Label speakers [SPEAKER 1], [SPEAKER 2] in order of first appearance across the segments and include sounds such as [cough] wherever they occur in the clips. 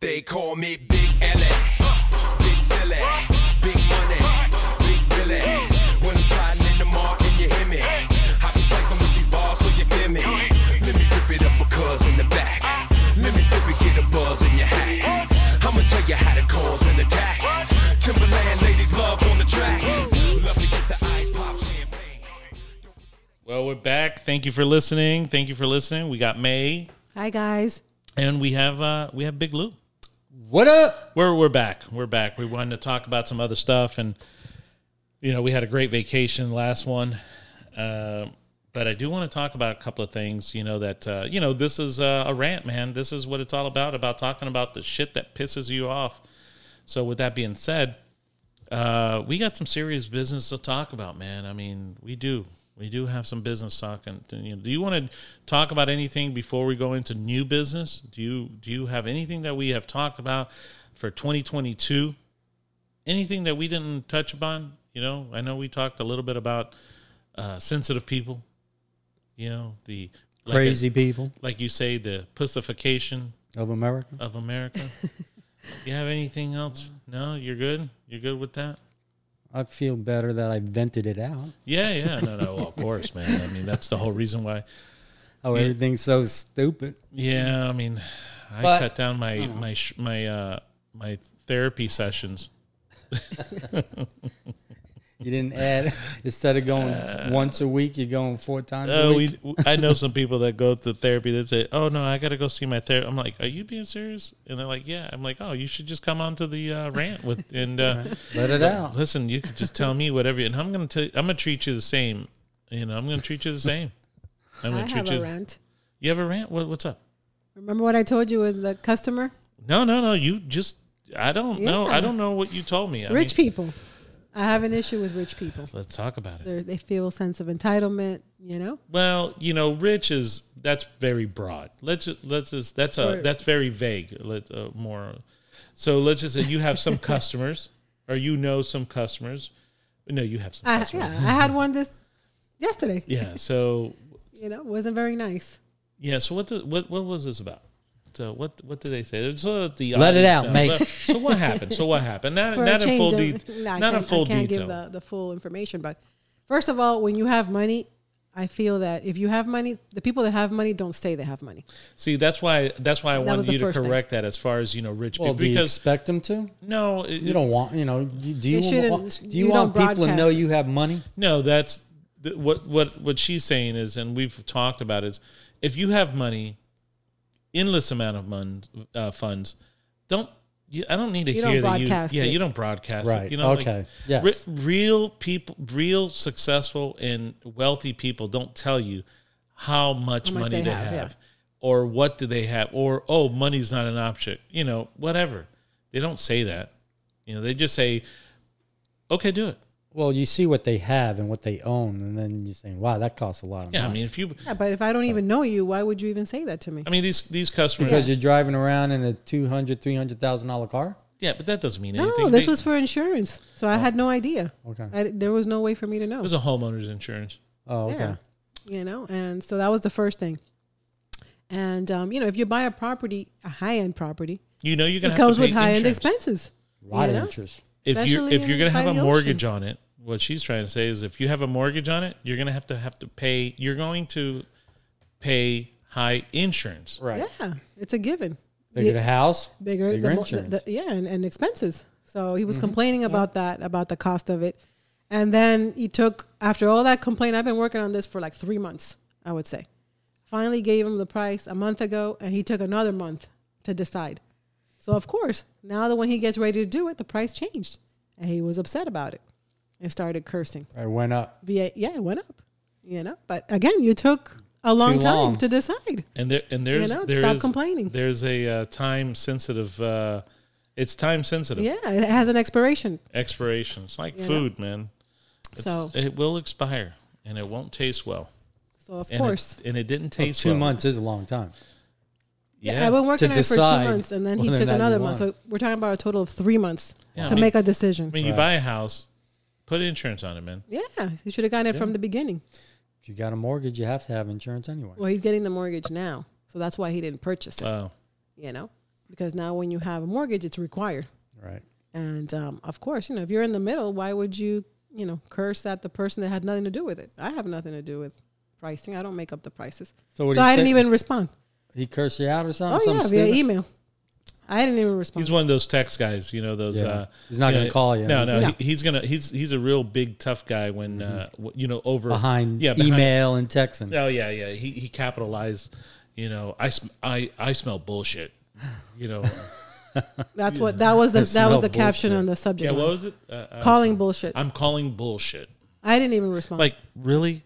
[SPEAKER 1] They call me Big Ellie, Big Silly, Big Money, Big Billy. When I'm sliding in the mall and you hear me, I be slicing with these balls so you feel me. Let me rip it up for cuz in the back. Let me flip it, get a buzz in your hat. I'ma tell you how to cause an attack. Timberland ladies love on the track. Love to get the eyes pop champagne.
[SPEAKER 2] Well, we're back. Thank you for listening. Thank you for listening. We got May
[SPEAKER 3] Hi guys.
[SPEAKER 2] and we have uh we have Big Lou.
[SPEAKER 4] What up?
[SPEAKER 2] We're we're back. We're back. We wanted to talk about some other stuff and you know, we had a great vacation last one. Uh, but I do want to talk about a couple of things, you know, that uh, you know, this is uh, a rant, man. This is what it's all about about talking about the shit that pisses you off. So with that being said, uh, we got some serious business to talk about, man. I mean, we do. We do have some business talking. Do you- do you want to talk about anything before we go into new business? Do you do you have anything that we have talked about for 2022? Anything that we didn't touch upon? You know, I know we talked a little bit about uh, sensitive people. You know, the like I-
[SPEAKER 4] Crazy people
[SPEAKER 2] like you say, the pussification
[SPEAKER 4] of America.
[SPEAKER 2] of America. [laughs] you have anything else? No, you're good. You're good with that.
[SPEAKER 4] I feel better that I vented it out.
[SPEAKER 2] Yeah, yeah, no, no, of course, man. I mean, that's the whole reason why.
[SPEAKER 4] Oh,
[SPEAKER 2] Yeah.
[SPEAKER 4] everything's so stupid.
[SPEAKER 2] Yeah, I mean, I
[SPEAKER 4] But-
[SPEAKER 2] cut down my my sh- my uh my therapy sessions.
[SPEAKER 4] You didn't add [laughs] instead of going once a week, you're going four times
[SPEAKER 2] Oh,
[SPEAKER 4] a week.
[SPEAKER 2] Uh, we, I know some people that go to therapy that say, "Oh no, I got to go see my therapist." I'm like, "Are you being serious?" And they're like, "Yeah." I'm like, "Oh, you should just come on to the uh, rant with and uh,
[SPEAKER 4] Let it
[SPEAKER 2] [laughs]
[SPEAKER 4] out.
[SPEAKER 2] listen. You could just tell me whatever, and I'm gonna tell. I'm gonna treat you the same. You know, I'm gonna treat you the same. I'm
[SPEAKER 3] I
[SPEAKER 2] gonna treat
[SPEAKER 3] have
[SPEAKER 2] you.
[SPEAKER 3] a rant.
[SPEAKER 2] You have a rant? What, what's up?
[SPEAKER 3] Remember what I told you with the customer?
[SPEAKER 2] No, no, no. You just I don't know.
[SPEAKER 3] Yeah.
[SPEAKER 2] I don't know what you told me. I
[SPEAKER 3] rich
[SPEAKER 2] mean,
[SPEAKER 3] people. I have an issue with rich people.
[SPEAKER 2] Let's talk about it.
[SPEAKER 3] They're, they feel a sense of entitlement, you know?
[SPEAKER 2] Well, you know, rich is that's very broad. Let's ju- let's just that's a
[SPEAKER 3] Right.
[SPEAKER 2] that's very vague. Let uh, more. So let's just say you have
[SPEAKER 3] [laughs]
[SPEAKER 2] some customers, or you know some customers. No, you have some
[SPEAKER 3] I, yeah,
[SPEAKER 2] customers.
[SPEAKER 3] I had one this yesterday.
[SPEAKER 2] Yeah. So
[SPEAKER 3] You know, wasn't very nice.
[SPEAKER 2] yeah. So what the, what what was this about? So what what did they say? So that the
[SPEAKER 4] Let it
[SPEAKER 2] audience
[SPEAKER 4] out,
[SPEAKER 2] knows.
[SPEAKER 4] mate.
[SPEAKER 2] So what happened? So what happened? Not
[SPEAKER 3] For a
[SPEAKER 2] not in full
[SPEAKER 3] change of-
[SPEAKER 2] detail.
[SPEAKER 3] No, I
[SPEAKER 2] Not in
[SPEAKER 3] can't-
[SPEAKER 2] full
[SPEAKER 3] I can't
[SPEAKER 2] detail.
[SPEAKER 3] give the, the full information, but first of all, when you have money, I feel that if you have money, the people that have money don't say they have money.
[SPEAKER 2] See, that's why that's why I
[SPEAKER 3] was
[SPEAKER 2] wanted
[SPEAKER 3] the
[SPEAKER 2] you to
[SPEAKER 3] first thing.
[SPEAKER 2] correct that as far as you know, rich
[SPEAKER 4] Well,
[SPEAKER 2] people
[SPEAKER 4] do you
[SPEAKER 2] because
[SPEAKER 4] expect them to?
[SPEAKER 2] no, it,
[SPEAKER 4] You don't want, you know, you, do
[SPEAKER 3] They
[SPEAKER 4] you
[SPEAKER 3] shouldn't-
[SPEAKER 4] want, do you,
[SPEAKER 3] you
[SPEAKER 4] want
[SPEAKER 3] don't
[SPEAKER 4] people to
[SPEAKER 3] broadcast
[SPEAKER 4] know
[SPEAKER 3] it.
[SPEAKER 4] you have money?
[SPEAKER 2] no, that's th- what what what she's saying is, and we've talked about is, if you have money, endless amount of mon, uh, funds, don't. You, I don't need to
[SPEAKER 3] You don't
[SPEAKER 2] hear that
[SPEAKER 3] broadcast
[SPEAKER 2] you. Yeah,
[SPEAKER 3] it.
[SPEAKER 2] you don't broadcast
[SPEAKER 4] Right,
[SPEAKER 2] it. You know,
[SPEAKER 4] okay,
[SPEAKER 2] Like,
[SPEAKER 4] yes.
[SPEAKER 2] re- real people, real successful and wealthy people don't tell you how much,
[SPEAKER 3] How much
[SPEAKER 2] money
[SPEAKER 3] they
[SPEAKER 2] they have,
[SPEAKER 3] have, yeah.
[SPEAKER 2] or what do they have, or oh, money's not an option. You know, whatever. They don't say that. You know, they just say, "Okay, do it."
[SPEAKER 4] Well, you see what they have and what they own, and then you're saying, wow, that costs a lot of
[SPEAKER 2] Yeah, I
[SPEAKER 4] money.
[SPEAKER 2] mean, if you
[SPEAKER 3] Yeah, but if I don't even know you, why would you even say that to me?
[SPEAKER 2] I mean, these these customers.
[SPEAKER 4] because
[SPEAKER 2] yeah,
[SPEAKER 4] you're driving around in a $200,000, $300,000 car?
[SPEAKER 2] but that doesn't mean anything.
[SPEAKER 3] No, this
[SPEAKER 2] They- Oh.
[SPEAKER 3] was for insurance, so I had no idea.
[SPEAKER 4] Okay.
[SPEAKER 3] I, there was no way for me to know.
[SPEAKER 2] it was a homeowner's insurance.
[SPEAKER 4] Oh, okay.
[SPEAKER 3] Yeah. You know, and so that was the first thing. And um, you know, if you buy a property, a high end property,
[SPEAKER 2] You know, you're gonna
[SPEAKER 3] it
[SPEAKER 2] have
[SPEAKER 3] comes
[SPEAKER 2] to
[SPEAKER 3] with
[SPEAKER 2] pay
[SPEAKER 3] high end
[SPEAKER 2] insurance.
[SPEAKER 3] expenses.
[SPEAKER 4] A lot
[SPEAKER 3] you
[SPEAKER 4] of
[SPEAKER 3] know?
[SPEAKER 4] interest.
[SPEAKER 2] If you
[SPEAKER 3] especially
[SPEAKER 2] if you're gonna
[SPEAKER 3] by
[SPEAKER 2] have a
[SPEAKER 3] the
[SPEAKER 2] mortgage on it, what she's trying to say is, if you have a mortgage on it, you're gonna have to have to pay. You're going to pay high insurance.
[SPEAKER 4] Right.
[SPEAKER 3] Yeah, it's a given.
[SPEAKER 4] Bigger
[SPEAKER 3] The-
[SPEAKER 4] the house,
[SPEAKER 3] bigger,
[SPEAKER 4] bigger
[SPEAKER 3] the, mo- the-
[SPEAKER 4] insurance.
[SPEAKER 3] the- yeah, and, and expenses. So he was complaining about that, about the cost of it. And then he took, after all that complaint, I've been working on this for like three months, I would say. Finally gave him the price a month ago, and he took another month to decide. So, of course, now that when he gets ready to do it, the price changed. And he was upset about it and started cursing.
[SPEAKER 4] it went up.
[SPEAKER 3] VA, yeah, it went up, you know. But again, you took a long
[SPEAKER 4] Too
[SPEAKER 3] time
[SPEAKER 4] long.
[SPEAKER 3] to decide.
[SPEAKER 2] And there and there's
[SPEAKER 3] know,
[SPEAKER 2] there
[SPEAKER 3] stop
[SPEAKER 2] is-
[SPEAKER 3] complaining.
[SPEAKER 2] There's a uh, time sensitive. Uh, it's time sensitive
[SPEAKER 3] Yeah, it has an expiration.
[SPEAKER 2] expiration. It's like
[SPEAKER 3] You know?
[SPEAKER 2] food, man. It's,
[SPEAKER 3] So-
[SPEAKER 2] it will expire and it won't taste well.
[SPEAKER 3] So, of
[SPEAKER 2] And
[SPEAKER 3] course.
[SPEAKER 2] it, and it didn't
[SPEAKER 4] Well,
[SPEAKER 2] taste
[SPEAKER 4] two
[SPEAKER 2] well.
[SPEAKER 4] months is a long time.
[SPEAKER 3] Yeah, I've been working on it for two
[SPEAKER 4] decide
[SPEAKER 3] months, and then he
[SPEAKER 4] whether
[SPEAKER 3] took
[SPEAKER 4] or not you
[SPEAKER 3] another one.
[SPEAKER 4] want.
[SPEAKER 3] So we're talking about a total of three months
[SPEAKER 2] Yeah, I
[SPEAKER 3] to
[SPEAKER 2] mean-
[SPEAKER 3] make a decision.
[SPEAKER 2] I mean, you
[SPEAKER 4] Right.
[SPEAKER 2] buy a house, put insurance on it, man.
[SPEAKER 3] yeah, he should have gotten it from the beginning.
[SPEAKER 4] If you got a mortgage, you have to have insurance anyway.
[SPEAKER 3] Well, he's getting the mortgage now, so that's why he didn't purchase it.
[SPEAKER 2] Wow.
[SPEAKER 3] you know, because now when you have a mortgage, it's required.
[SPEAKER 4] Right.
[SPEAKER 3] And um, of course, you know, if you're in the middle, why would you, you know, curse at the person that had nothing to do with it? I have nothing to do with pricing. I don't make up the prices.
[SPEAKER 4] So, what
[SPEAKER 3] so
[SPEAKER 4] he
[SPEAKER 3] I didn't
[SPEAKER 4] say?
[SPEAKER 3] even respond.
[SPEAKER 4] He cursed you out or something.
[SPEAKER 3] Oh yeah,
[SPEAKER 4] Something
[SPEAKER 3] via
[SPEAKER 4] stupid?
[SPEAKER 3] email. I didn't even respond.
[SPEAKER 2] He's one of those text guys, you know. Those
[SPEAKER 4] Yeah.
[SPEAKER 2] uh,
[SPEAKER 4] He's not gonna
[SPEAKER 2] know,
[SPEAKER 4] call you.
[SPEAKER 2] No,
[SPEAKER 4] He's
[SPEAKER 2] no,
[SPEAKER 3] No.
[SPEAKER 2] He, he's gonna. He's he's a real big tough guy when uh, w- you know over
[SPEAKER 4] Behind,
[SPEAKER 2] yeah
[SPEAKER 4] email and texting.
[SPEAKER 2] Oh yeah, yeah. He he capitalized. You know, I sm- I I smell bullshit. You
[SPEAKER 4] [laughs]
[SPEAKER 2] know,
[SPEAKER 3] That's what that was the that
[SPEAKER 4] I
[SPEAKER 3] was
[SPEAKER 4] smell
[SPEAKER 3] the caption
[SPEAKER 4] bullshit.
[SPEAKER 3] on the subject.
[SPEAKER 2] yeah. What
[SPEAKER 3] line.
[SPEAKER 2] was it? Uh, I was-
[SPEAKER 3] Calling bullshit.
[SPEAKER 2] I'm calling bullshit.
[SPEAKER 3] I didn't even respond.
[SPEAKER 2] Like really?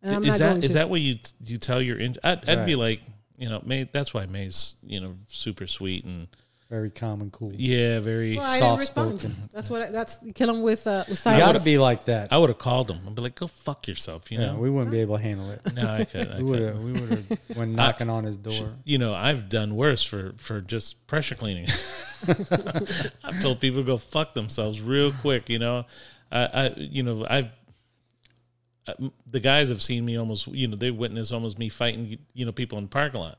[SPEAKER 3] and I'm
[SPEAKER 2] is
[SPEAKER 3] not
[SPEAKER 2] that
[SPEAKER 3] going
[SPEAKER 2] is
[SPEAKER 3] to.
[SPEAKER 2] that what you you tell your? In- I'd, I'd be
[SPEAKER 4] Right.
[SPEAKER 2] like, you know, May. That's why May's you know super sweet and
[SPEAKER 4] Very calm and cool. You
[SPEAKER 2] yeah, very.
[SPEAKER 3] well, I didn't respond.
[SPEAKER 4] soft-spoken.
[SPEAKER 3] That's what I, that's you kill him with uh, with
[SPEAKER 4] got to
[SPEAKER 3] silence.
[SPEAKER 4] be like that.
[SPEAKER 2] I would have called him. I'd be like, go fuck yourself. You
[SPEAKER 4] Yeah,
[SPEAKER 2] know.
[SPEAKER 4] we wouldn't be able to
[SPEAKER 2] [laughs]
[SPEAKER 4] handle it.
[SPEAKER 2] no, I could. I
[SPEAKER 4] [laughs] We would
[SPEAKER 2] could.
[SPEAKER 4] have. We would [laughs] have. When knocking on his door.
[SPEAKER 2] you know, I've done worse for for just pressure cleaning. [laughs] I've told people to go fuck themselves real quick. You know, I, I you know, I've uh, m- the guys have seen me almost. You know, they witnessed almost me fighting. You know, people in the parking lot.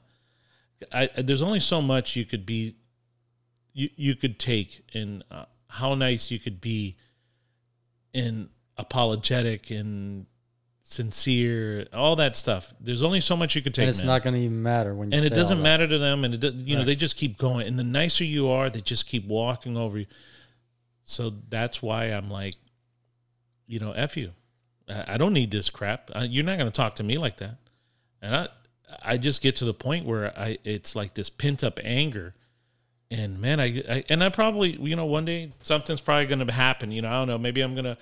[SPEAKER 2] I, I- there's only so much you could be, you you could take, and uh, how nice you could be, and apologetic and sincere, all that stuff. There's only so much you could take.
[SPEAKER 4] And it's
[SPEAKER 2] man
[SPEAKER 4] not going to even matter when you
[SPEAKER 2] and
[SPEAKER 4] say
[SPEAKER 2] it
[SPEAKER 4] all
[SPEAKER 2] doesn't
[SPEAKER 4] that.
[SPEAKER 2] matter to them and it do- you know
[SPEAKER 4] Right.
[SPEAKER 2] they just keep going and the nicer you are they just keep walking over you so that's why i'm like you know f you i, I don't need this crap I, you're not going to talk to me like that and i i just get to the point where i it's like this pent up anger and man I, I and i probably you know one day something's probably going to happen you know i don't know maybe i'm going to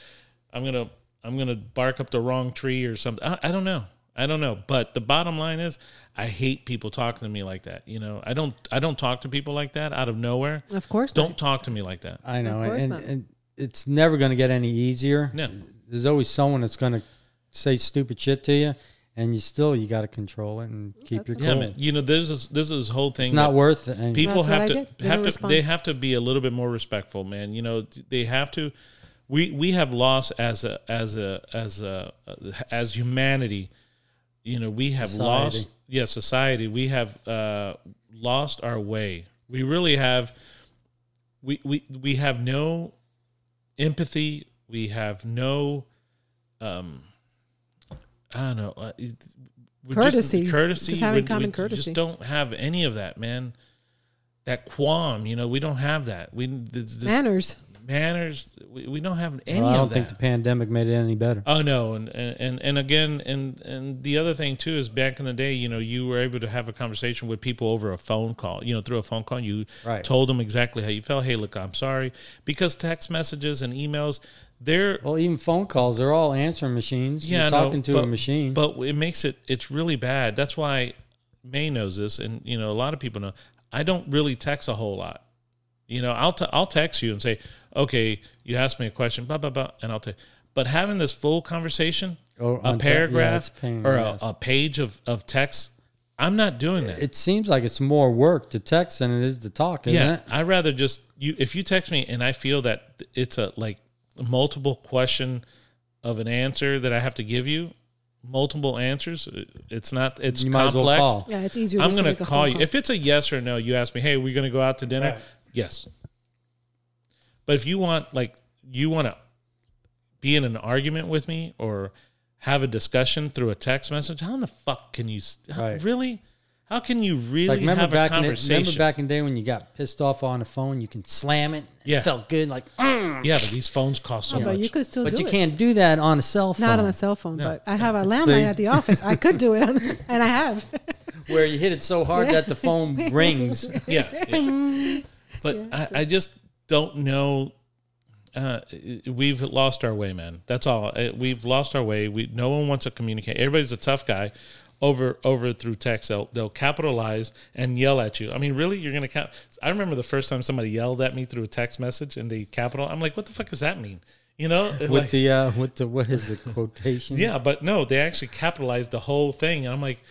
[SPEAKER 2] i'm going to i'm going to bark up the wrong tree or something I, I don't know i don't know but the bottom line is i hate people talking to me like that you know i don't i don't talk to people like that out of nowhere
[SPEAKER 3] Of course, not.
[SPEAKER 2] don't talk to me like that
[SPEAKER 4] I know,
[SPEAKER 3] course
[SPEAKER 4] and,
[SPEAKER 3] not.
[SPEAKER 4] and it's never going to get any easier.
[SPEAKER 2] No.
[SPEAKER 4] There's always someone that's going to say stupid shit to you, and you still you got to control it and keep your cool.
[SPEAKER 2] yeah man, you know there's this this is this whole thing
[SPEAKER 4] it's not
[SPEAKER 2] that-
[SPEAKER 4] worth it. And
[SPEAKER 2] people
[SPEAKER 3] That's what
[SPEAKER 2] have
[SPEAKER 3] I
[SPEAKER 2] to
[SPEAKER 3] did. Didn't
[SPEAKER 2] have to
[SPEAKER 3] respond.
[SPEAKER 2] they have to be a little bit more respectful man you know they have to we we have lost as a as a as a as humanity you know we have
[SPEAKER 4] Society.
[SPEAKER 2] lost yeah society we have uh lost our way we really have we we we have no empathy we have no um i don't know uh, it- we just-
[SPEAKER 3] Courtesy.
[SPEAKER 2] courtesy
[SPEAKER 3] Just having common
[SPEAKER 2] just
[SPEAKER 3] courtesy.
[SPEAKER 2] don't have any of that man that qualm you know we don't have that we this, this
[SPEAKER 3] manners.
[SPEAKER 2] manners we, we don't have any
[SPEAKER 4] well, I
[SPEAKER 2] of
[SPEAKER 4] don't
[SPEAKER 2] that
[SPEAKER 4] think the pandemic made it any better.
[SPEAKER 2] Oh no, and and and- and again, and and the other thing too is back in the day, you know, you were able to have a conversation with people over a phone call. You know, through a phone call, you
[SPEAKER 4] Right.
[SPEAKER 2] told them exactly how you felt. Hey, look, I'm sorry, because text messages and emails, they're
[SPEAKER 4] well, even phone calls, they're all answering machines.
[SPEAKER 2] yeah,
[SPEAKER 4] You're
[SPEAKER 2] I know,
[SPEAKER 4] talking to
[SPEAKER 2] but-
[SPEAKER 4] a machine.
[SPEAKER 2] but it makes it it's really bad. That's why May knows this, and you know, a lot of people know. I don't really text a whole lot. You know, I'll t- I'll text you and say, okay, you asked me a question, blah blah blah, and I'll take. But having this full conversation,
[SPEAKER 4] Or
[SPEAKER 2] a
[SPEAKER 4] on te- yeah,
[SPEAKER 2] paragraph
[SPEAKER 4] it's pain,
[SPEAKER 2] or
[SPEAKER 4] yes.
[SPEAKER 2] a, a page of, of text, I'm not doing that.
[SPEAKER 4] it seems like it's more work to text than it is to talk, isn't
[SPEAKER 2] yeah,
[SPEAKER 4] it?
[SPEAKER 2] I'd rather just you. If you text me and I feel that it's a like multiple question of an answer that I have to give you, multiple answers. It's not. It's
[SPEAKER 4] You might as
[SPEAKER 2] complex.
[SPEAKER 4] well call.
[SPEAKER 3] Yeah, it's easier.
[SPEAKER 2] I'm
[SPEAKER 3] just
[SPEAKER 2] gonna
[SPEAKER 3] make a
[SPEAKER 2] call,
[SPEAKER 3] phone
[SPEAKER 2] you if it's a yes or no. You ask me, hey, we're gonna go out to dinner. Yes. But if you want, like, you want to be in an argument with me or have a discussion through a text message, how in the fuck can you s- how-
[SPEAKER 4] Right.
[SPEAKER 2] really? How can you really
[SPEAKER 4] Like remember
[SPEAKER 2] have
[SPEAKER 4] back,
[SPEAKER 2] a
[SPEAKER 4] in the, remember
[SPEAKER 2] conversation?
[SPEAKER 4] back in the day when you got pissed off on the phone, you can slam it.
[SPEAKER 2] Yeah.
[SPEAKER 4] It felt good, like, "Mm,"
[SPEAKER 2] yeah, but these phones cost so
[SPEAKER 3] Oh,
[SPEAKER 2] much.
[SPEAKER 3] but you could still
[SPEAKER 4] but
[SPEAKER 3] do
[SPEAKER 4] you
[SPEAKER 3] it.
[SPEAKER 4] can't do that on a cell phone.
[SPEAKER 3] Not on a cell phone, but I have a landline
[SPEAKER 4] See?
[SPEAKER 3] at the office. I could do it, on, and I have.
[SPEAKER 2] [laughs]
[SPEAKER 4] where you hit it so hard
[SPEAKER 3] [laughs]
[SPEAKER 4] that the phone rings.
[SPEAKER 2] yeah. yeah. But I, I just don't know. Uh, we've lost our way, man. That's all. Uh, We've lost our way. We no one wants to communicate. Everybody's a tough guy. Over over through text, they'll they'll capitalize and yell at you. I mean, really, you're gonna cap. I remember the first time somebody yelled at me through a text message and they capital. I'm like, what the fuck does that mean? You know,
[SPEAKER 4] With the uh, with the what is it quotations?
[SPEAKER 2] yeah, but no, they actually capitalized the whole thing. And I'm like,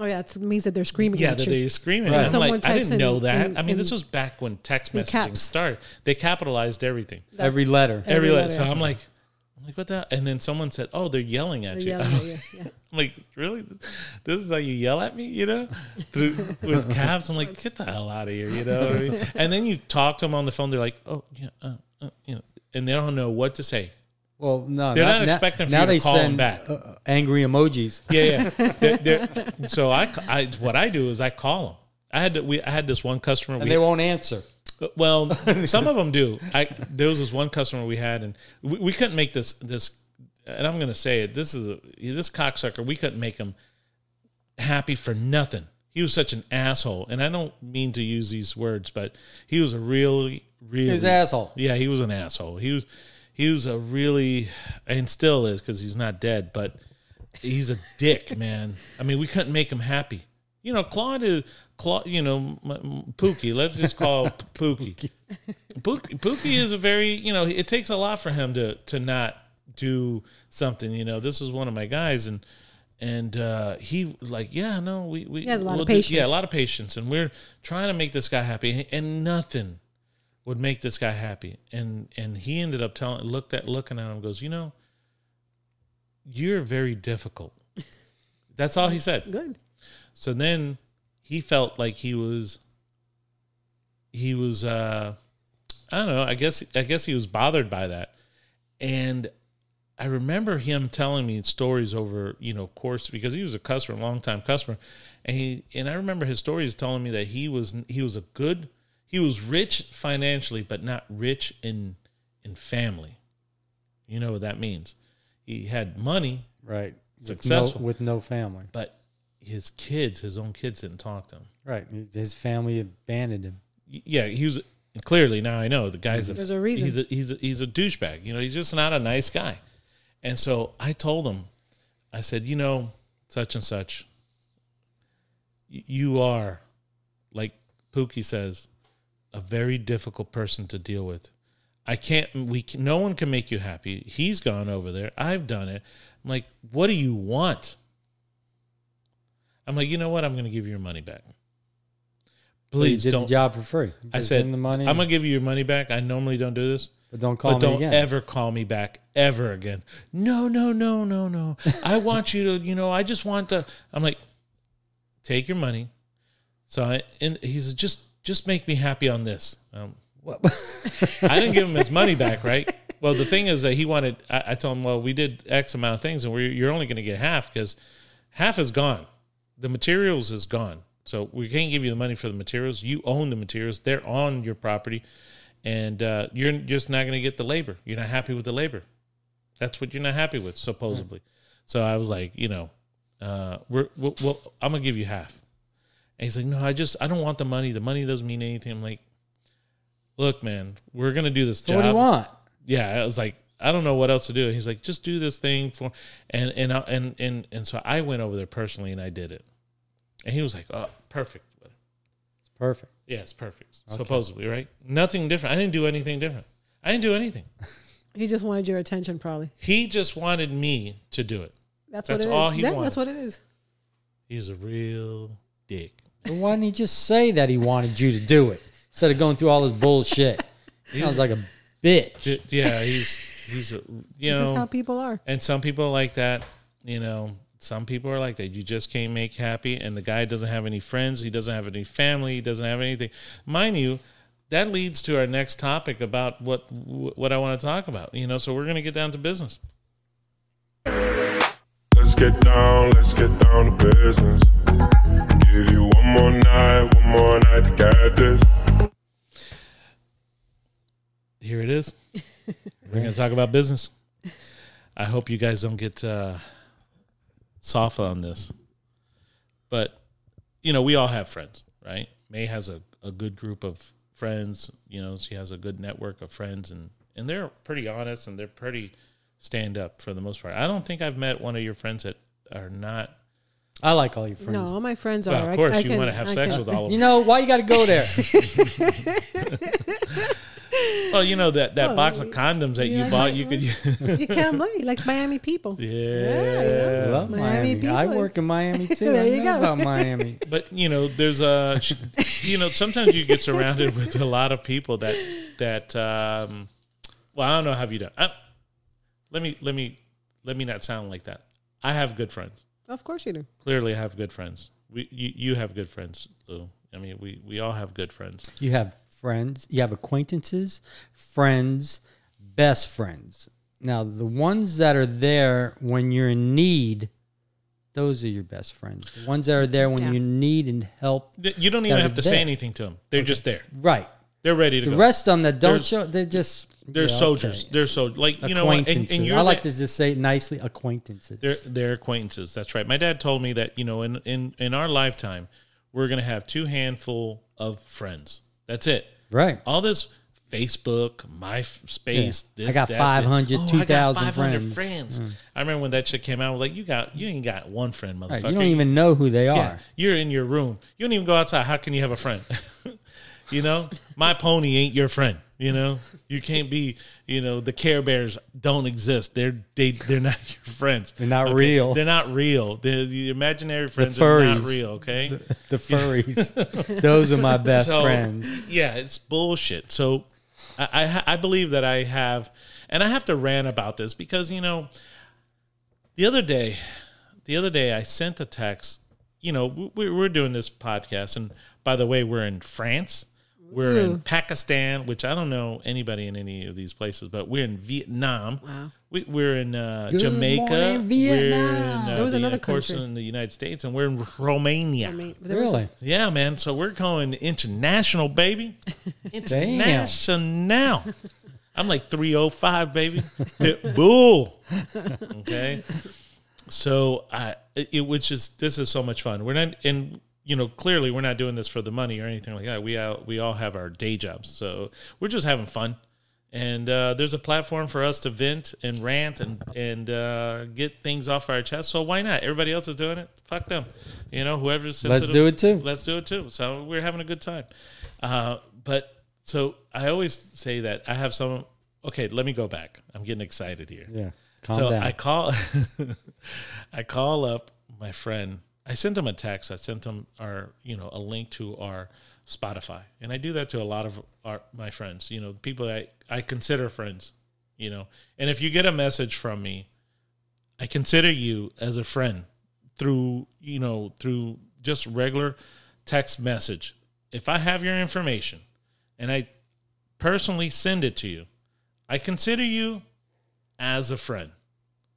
[SPEAKER 3] Oh yeah, it means that they're screaming
[SPEAKER 2] yeah,
[SPEAKER 3] at
[SPEAKER 2] that
[SPEAKER 3] you.
[SPEAKER 2] they're screaming.
[SPEAKER 4] Right.
[SPEAKER 2] I'm
[SPEAKER 3] Someone
[SPEAKER 2] like, I
[SPEAKER 3] types
[SPEAKER 2] didn't
[SPEAKER 3] in-
[SPEAKER 2] know that.
[SPEAKER 3] in-
[SPEAKER 2] I mean, this
[SPEAKER 3] in-
[SPEAKER 2] was back when text
[SPEAKER 3] in
[SPEAKER 2] messaging
[SPEAKER 3] caps.
[SPEAKER 2] started. They capitalized everything.
[SPEAKER 4] every letter.
[SPEAKER 3] Every
[SPEAKER 2] Every letter. So
[SPEAKER 3] letter.
[SPEAKER 2] I'm like, I'm like, what the? And then someone said, oh, they're yelling at
[SPEAKER 3] They're
[SPEAKER 2] you. [laughs]
[SPEAKER 3] yelling at you. Yeah.
[SPEAKER 2] I'm like, really? This is how you yell at me, you know? Through, with cabs, I'm like, get the hell out of here, you know? What I mean? And then you talk to them on the phone, they're like, oh, yeah, uh, uh, you know, and they don't know what to say.
[SPEAKER 4] Well, no,
[SPEAKER 2] They're
[SPEAKER 4] now-
[SPEAKER 2] not
[SPEAKER 4] now-
[SPEAKER 2] expecting for
[SPEAKER 4] now
[SPEAKER 2] you to
[SPEAKER 4] they
[SPEAKER 2] call 'em
[SPEAKER 4] send,
[SPEAKER 2] back.
[SPEAKER 4] uh, uh, angry emojis.
[SPEAKER 2] Yeah, yeah. They're- they're- so I, I, what I do is I call them. I had to, we, I had this one customer.
[SPEAKER 4] And
[SPEAKER 2] we,
[SPEAKER 4] they won't answer. [laughs]
[SPEAKER 2] Well, some of them do. I there was this one customer we had, and we, we couldn't make this this. And I'm going to say it. This is a, this cocksucker. We couldn't make him happy for nothing. He was such an asshole, and I don't mean to use these words, but he was a really, really
[SPEAKER 4] He's an asshole.
[SPEAKER 2] yeah, he was an asshole. He was he was a really and still is because he's not dead, but he's a dick, man. I mean, we couldn't make him happy. You know, Claude is Claude. You know, m- m- Pookie. Let's just call Pookie. Pookie. Pookie is a very you know. It takes a lot for him to to not do something. You know, this was one of my guys and. And uh, he was like, yeah, no, we we
[SPEAKER 3] has a lot of
[SPEAKER 2] do- Yeah, a
[SPEAKER 3] patience.
[SPEAKER 2] lot of patience, and we're trying to make this guy happy, and nothing would make this guy happy. And and he ended up telling looked at looking at him goes, you know, you're very difficult. That's all he said.
[SPEAKER 3] Good.
[SPEAKER 2] So then he felt like he was he was uh I don't know, I guess I guess he was bothered by that. And I remember him telling me stories over, you know, course because he was a customer, a long time customer. And he and I remember his stories telling me that he was he was a good he was rich financially, but not rich in in family. You know what that means. He had money,
[SPEAKER 4] Right. With no,
[SPEAKER 2] Successful.
[SPEAKER 4] with no family.
[SPEAKER 2] but his kids, his own kids didn't talk to him.
[SPEAKER 4] Right. His family abandoned him.
[SPEAKER 2] yeah, he was clearly now I know the guy's a
[SPEAKER 3] There's a reason.
[SPEAKER 2] He's a he's a, he's a douchebag. You know, he's just not a nice guy. And so I told him, I said, you know, such and such. y- You are, like Pookie says, a very difficult person to deal with. I can't. We can, no one can make you happy. He's gone over there. I've done it. I'm like, what do you want? I'm like, you know what? I'm going to give you your money back.
[SPEAKER 4] But he
[SPEAKER 2] Please
[SPEAKER 4] did
[SPEAKER 2] don't.
[SPEAKER 4] the job for free.
[SPEAKER 2] I
[SPEAKER 4] Just
[SPEAKER 2] said,
[SPEAKER 4] give him the money,
[SPEAKER 2] I'm gonna give you your money back. I normally don't do this,
[SPEAKER 4] but don't call
[SPEAKER 2] but
[SPEAKER 4] me
[SPEAKER 2] don't
[SPEAKER 4] again.
[SPEAKER 2] ever call me back ever again. No, no, no, no, no.
[SPEAKER 4] [laughs]
[SPEAKER 2] I want you to, you know, I just want to. I'm like, take your money. So I and he said, just just make me happy on this. Um,
[SPEAKER 4] [laughs]
[SPEAKER 2] I didn't give him his money back, right? Well, the thing is that he wanted. I, I told him, well, we did X amount of things, and we're, you're only going to get half because half is gone. The materials is gone, so we can't give you the money for the materials. You own the materials; they're on your property, and uh, you're just not going to get the labor. You're not happy with the labor. That's what you're not happy with,
[SPEAKER 4] Hmm.
[SPEAKER 2] supposedly. So I was like, you know, uh, we're, we'll, we'll, I'm gonna give you half. And he's like, no, I just I don't want the money. The money doesn't mean anything. I'm like, look, man, we're gonna do this
[SPEAKER 4] So
[SPEAKER 2] job.
[SPEAKER 4] what do you want?
[SPEAKER 2] Yeah, I was like, I don't know what else to do. And he's like, just do this thing for, and and I- and and and so I went over there personally and I did it. And he was like, oh, perfect.
[SPEAKER 4] It's perfect.
[SPEAKER 2] Yeah, it's perfect. Supposedly, right? Nothing different. I didn't do anything different. I didn't do anything.
[SPEAKER 3] He just wanted your attention, probably.
[SPEAKER 2] He just wanted me to do it.
[SPEAKER 3] That's,
[SPEAKER 2] That's
[SPEAKER 3] what it is.
[SPEAKER 2] all he
[SPEAKER 3] yeah,
[SPEAKER 2] wanted.
[SPEAKER 3] that's what it is.
[SPEAKER 2] He's a real dick.
[SPEAKER 4] But why didn't he just say that he wanted you to do it instead of going through all this bullshit? Sounds like a bitch.
[SPEAKER 2] D- Yeah, he's he's a, you
[SPEAKER 3] That's how
[SPEAKER 2] know,
[SPEAKER 3] people are.
[SPEAKER 2] and some people are like that. You know, some people are like that. You just can't make happy, and the guy doesn't have any friends. He doesn't have any family. He doesn't have anything, mind you. That leads to our next topic about what what I want to talk about. You know, so we're gonna get down to business.
[SPEAKER 5] Let's get down, let's get down to business. Give you one more night, one more night to get this.
[SPEAKER 2] Here it
[SPEAKER 3] [laughs]
[SPEAKER 2] is. we're gonna talk about business. I hope you guys don't get uh, soft on this, but you know, we all have friends, right? May has a, a good group of friends. You know, she has a good network of friends, and and they're pretty honest and they're pretty stand up for the most part. I don't think I've met one of your friends that are not.
[SPEAKER 4] I like all your friends.
[SPEAKER 3] No, all my friends are.
[SPEAKER 2] Well,
[SPEAKER 3] I-
[SPEAKER 2] of course,
[SPEAKER 3] I
[SPEAKER 2] you
[SPEAKER 3] can-
[SPEAKER 2] want to have
[SPEAKER 3] I
[SPEAKER 2] sex
[SPEAKER 3] can-
[SPEAKER 2] with all of
[SPEAKER 4] You
[SPEAKER 2] them.
[SPEAKER 4] know why you got to
[SPEAKER 2] [laughs]
[SPEAKER 4] go there?
[SPEAKER 2] Well, you know that that
[SPEAKER 3] Well,
[SPEAKER 2] box of condoms that you
[SPEAKER 3] yeah,
[SPEAKER 2] bought,
[SPEAKER 3] yeah.
[SPEAKER 2] you
[SPEAKER 3] [laughs]
[SPEAKER 2] could.
[SPEAKER 3] You can't blame. He likes Miami people.
[SPEAKER 2] yeah.
[SPEAKER 4] I love
[SPEAKER 3] Miami
[SPEAKER 4] Miami. I
[SPEAKER 3] people
[SPEAKER 4] work
[SPEAKER 3] is-
[SPEAKER 4] in
[SPEAKER 3] [laughs]
[SPEAKER 4] Miami too.
[SPEAKER 3] There
[SPEAKER 4] I
[SPEAKER 3] you
[SPEAKER 4] know
[SPEAKER 3] go.
[SPEAKER 4] About Miami.
[SPEAKER 2] but you know there's a you know sometimes you get surrounded with a lot of people that that um well i don't know have you done I, Let me let me let me not sound like that. I have good friends.
[SPEAKER 3] Of course you do.
[SPEAKER 2] Clearly, I have good friends. We you, you have good friends, Lou. I mean, we we all have good friends.
[SPEAKER 4] You have friends, you have acquaintances, friends, best friends. Now, the ones that are there when you're in need, those are your best friends. The ones that are there when
[SPEAKER 3] Yeah.
[SPEAKER 4] you need and help.
[SPEAKER 2] Th- You don't even
[SPEAKER 4] That are
[SPEAKER 2] have to say
[SPEAKER 4] there.
[SPEAKER 2] anything to them. They're just there.
[SPEAKER 4] Right.
[SPEAKER 2] They're ready to
[SPEAKER 4] The
[SPEAKER 2] go.
[SPEAKER 4] rest of them that don't
[SPEAKER 2] There's-
[SPEAKER 4] show, they're just.
[SPEAKER 2] they're
[SPEAKER 4] yeah, okay.
[SPEAKER 2] soldiers. They're so like you know what? And- And,
[SPEAKER 4] Acquaintances.
[SPEAKER 2] you're
[SPEAKER 4] I like
[SPEAKER 2] the-
[SPEAKER 4] to just say it nicely acquaintances.
[SPEAKER 2] They're, they're acquaintances. That's right. My dad told me that you know in in in our lifetime we're gonna have two handful of friends. That's it.
[SPEAKER 4] right.
[SPEAKER 2] All this Facebook, my f- space.
[SPEAKER 4] Yeah. I
[SPEAKER 2] This,
[SPEAKER 4] got
[SPEAKER 2] that,
[SPEAKER 4] 500,
[SPEAKER 2] that. I got
[SPEAKER 4] 2,000
[SPEAKER 2] 500
[SPEAKER 4] friends. Mm.
[SPEAKER 2] I remember when that shit came out. I was like, you got you ain't got one friend, motherfucker.
[SPEAKER 4] Right. You don't even know who they
[SPEAKER 2] Yeah,
[SPEAKER 4] are.
[SPEAKER 2] you're in your room. You don't even go outside. How can you have a friend? [laughs] you know, my pony ain't your friend. You know, you can't be. You know, the Care Bears don't exist. They're they they're not [laughs] your friends.
[SPEAKER 4] They're not real.
[SPEAKER 2] They're not real. The, the imaginary friends are not
[SPEAKER 4] furries.
[SPEAKER 2] real. Okay.
[SPEAKER 4] [laughs] The
[SPEAKER 2] [laughs]
[SPEAKER 4] furries. those are my best
[SPEAKER 2] So,
[SPEAKER 4] friends.
[SPEAKER 2] Yeah, it's bullshit. So I, I ha- I believe that I have, and I have to rant about this because you know, the other day, the other day I sent a text. You know, we- we, we're doing this podcast, and by the way, we're in France. We're in Pakistan, which I don't know anybody in any of these places, but we're in Vietnam. Wow. We, we're in uh, Jamaica.
[SPEAKER 4] morning, Vietnam.
[SPEAKER 2] We're in, uh,
[SPEAKER 3] There was
[SPEAKER 2] the-
[SPEAKER 3] another
[SPEAKER 2] of course,
[SPEAKER 3] country.
[SPEAKER 2] in the United States, and we're in Romania.
[SPEAKER 3] I mean, but there was-
[SPEAKER 4] Really?
[SPEAKER 2] Yeah, man. So we're going international, baby.
[SPEAKER 4] [laughs]
[SPEAKER 2] International. I'm like 305, baby. Pitbull. Okay. So I it was just this is so much fun. We're not and you know, clearly we're not doing this for the money or anything like that. We all, we all have our day jobs. So we're just having fun. And uh, there's a platform for us to vent and rant and and uh, get things off our chest. So why not? Everybody else is doing it. Fuck them. You know, whoever's
[SPEAKER 4] Let's
[SPEAKER 2] sensitive
[SPEAKER 4] do it too.
[SPEAKER 2] let's do it too. So we're having a good time. Uh, but so I always say that I have some. Okay, let me go back. I'm getting excited here.
[SPEAKER 4] Yeah. Calm
[SPEAKER 2] so
[SPEAKER 4] down.
[SPEAKER 2] I call, [laughs] I call up my friend. I sent him a text. I sent him our, you know, a link to our Spotify, and I do that to a lot of our my friends. You know, people that I, I consider friends. You know, and if you get a message from me, I consider you as a friend through, you know, through just regular text message. If I have your information and I personally send it to you, I consider you as a friend,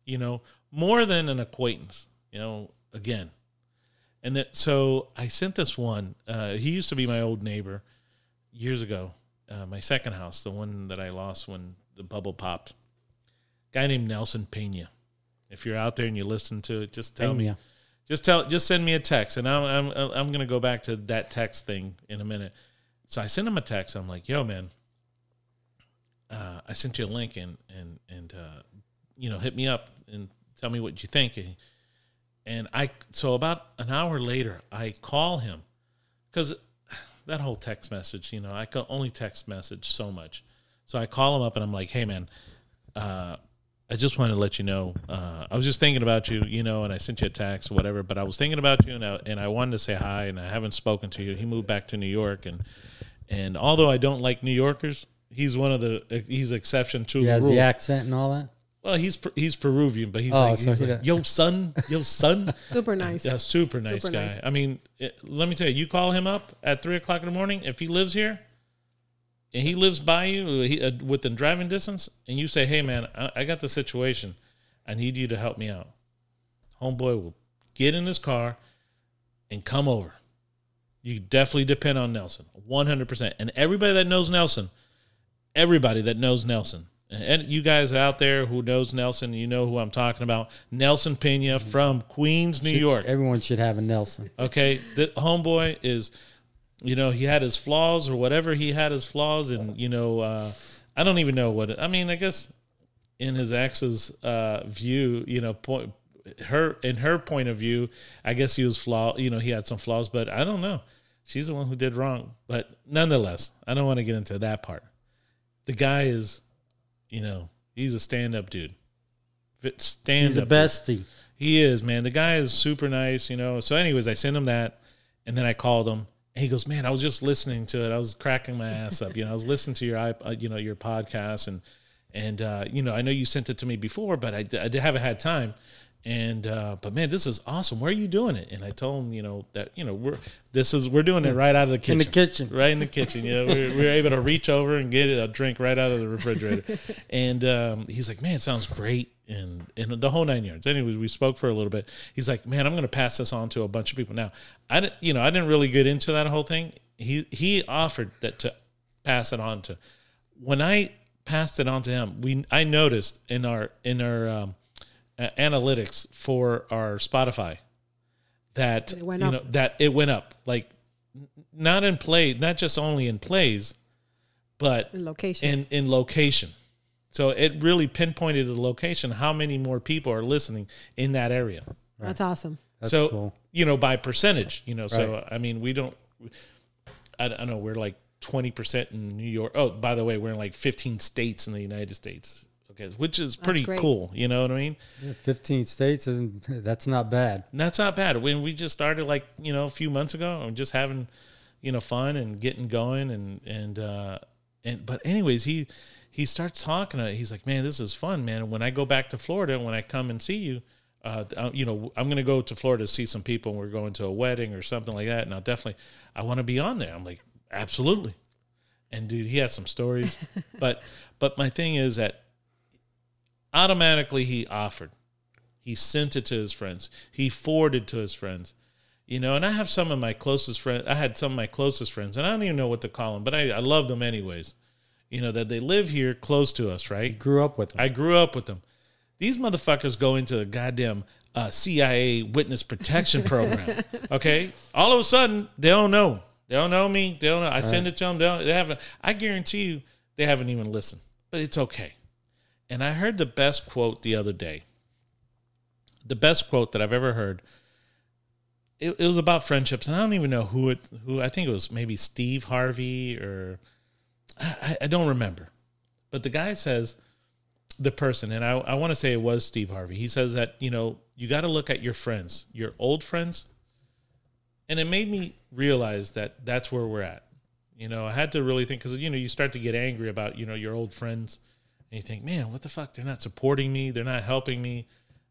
[SPEAKER 2] you know, more than an acquaintance, you know, again. And that, so I sent this one. Uh, he used to be my old neighbor years ago, uh, my second house, the one that I lost when the bubble popped. Guy named Nelson Pena. If you're out there and you listen to it, just tell me.
[SPEAKER 4] Pena.
[SPEAKER 2] Just tell, just send me a text, and I'm I'm I'm gonna go back to that text thing in a minute. So I sent him a text. I'm like, "Yo, man, uh, I sent you a link, and and and uh, you know, hit me up and tell me what you think." And, and I so about an hour later, I call him because that whole text message, you know, I can only text message so much. So I call him up and I'm like, "Hey, man, uh, I just wanted to let you know. Uh, I was just thinking about you, you know, and I sent you a text, whatever. But I was thinking about you, and I, and I wanted to say hi, and I haven't spoken to you. He moved back to New York, and and although I don't like New Yorkers, he's one of the he's an exception to
[SPEAKER 4] He
[SPEAKER 2] the
[SPEAKER 4] has
[SPEAKER 2] rule.
[SPEAKER 4] the accent and all that.
[SPEAKER 2] well, he's Per- he's Peruvian, but he's
[SPEAKER 4] Oh,
[SPEAKER 2] like,
[SPEAKER 4] so
[SPEAKER 2] he's
[SPEAKER 4] he
[SPEAKER 2] like
[SPEAKER 4] don't-
[SPEAKER 2] yo son, yo son.
[SPEAKER 3] Super [laughs] nice.
[SPEAKER 2] Yeah, super nice
[SPEAKER 3] Super
[SPEAKER 2] guy.
[SPEAKER 3] nice.
[SPEAKER 2] I mean, it, let me tell you, you call him up at three o'clock in the morning. If he lives here, and he lives by you, he, uh, within driving distance, and you say, "Hey, man, I, I got the situation. I need you to help me out." Homeboy will get in his car and come over. You definitely depend on Nelson, one hundred percent. And everybody that knows Nelson, everybody that knows Nelson. And you guys out there who knows Nelson, you know who I'm talking about. Nelson Pena from Queens, New
[SPEAKER 4] Should-
[SPEAKER 2] York.
[SPEAKER 4] Everyone should have a Nelson.
[SPEAKER 2] Okay, the homeboy is, you know, he had his flaws or whatever he had his flaws, and you know, uh, I don't even know what. I mean, I guess in his ex's uh, view, you know, point her in her point of view, I guess he was flaw. You know, he had some flaws, but I don't know. She's the one who did wrong, but nonetheless, I don't want to get into that part. The guy is, you know, he's a stand-up dude. Stand
[SPEAKER 4] He's a bestie.
[SPEAKER 2] he is, man. The guy is super nice, you know. So, anyways, I sent him that, and then I called him, and he goes, "Man, I was just listening to it. I was cracking my ass up, you know. I was listening to your, iP- uh, you know, your podcast, and And uh, you know, I know you sent it to me before, but I, d- I d- haven't had time. And uh, but man, this is awesome. Where are you doing it? And I told him, you know, that you know we're this is we're doing it right out of the kitchen,
[SPEAKER 4] Mm. In the kitchen.
[SPEAKER 2] right in the kitchen. You know, we're, we're able to reach over and get it a drink right out of the
[SPEAKER 3] [laughs]
[SPEAKER 2] refrigerator. and um, he's like, man, it sounds great. And, and the whole nine yards. Anyways, we spoke for a little bit. He's like, man, I'm going to pass this on to a bunch of people. Now, I didn't, you know, I didn't really get into that whole thing. He he offered that to pass it on to. When I passed it on to him, we I noticed in our in our um, uh, analytics for our Spotify that
[SPEAKER 3] it went
[SPEAKER 2] you
[SPEAKER 3] up.
[SPEAKER 2] know that it went up like n- not in play, not just only in plays, but
[SPEAKER 3] in location.
[SPEAKER 2] in in location. So it really pinpointed the location, how many more people are listening in that area.
[SPEAKER 3] That's awesome.
[SPEAKER 4] That's
[SPEAKER 2] so
[SPEAKER 4] cool.
[SPEAKER 2] you know by percentage, you know. So I mean, we don't. I, don't know. We're like twenty percent in New York. Oh, by the way, we're in like fifteen states in the United States. Okay, which is pretty
[SPEAKER 3] great.
[SPEAKER 2] cool. You know what I mean?
[SPEAKER 4] Yeah, 15 states isn't that's not bad.
[SPEAKER 2] And that's not bad. When we just started like, you know, a few months ago, I'm just having, you know, fun and getting going and and uh and but anyways, he he starts talking to he's like, "Man, this is fun, man. When I go back to Florida, when I come and see you, uh, uh, you know, I'm going to go to Florida to see some people and we're going to a wedding or something like that, and I'll definitely I want to be on there." I'm like, "Absolutely." And dude, he has some stories. [laughs] but but my thing is that automatically he offered he sent it to his friends. He forwarded to his friends. You know, and I have some of my closest friends. I had some of my closest friends, and I don't even know what to call them, but I, I love them anyways. You know, that they live here close to us, right?
[SPEAKER 4] Grew up with them.
[SPEAKER 2] I grew up with them. These motherfuckers go into the goddamn uh, CIA witness protection program. Okay, all of a sudden they don't know. They don't know me. They don't know. I send it to them. They, don't, they haven't. I guarantee you, they haven't even listened. But it's okay. And I heard the best quote the other day. The best quote that I've ever heard. It, it was about friendships, and I don't even know who it. Who I think it was maybe Steve Harvey or I, I- I don't remember. But the guy says the person, and I, I want to say it was Steve Harvey. He says that, you know, you got to look at your friends, your old friends. And it made me realize that that's where we're at. You know, I had to really think because, you know, you start to get angry about, you know, your old friends. And you think, man, what the fuck? They're not supporting me. They're not helping me.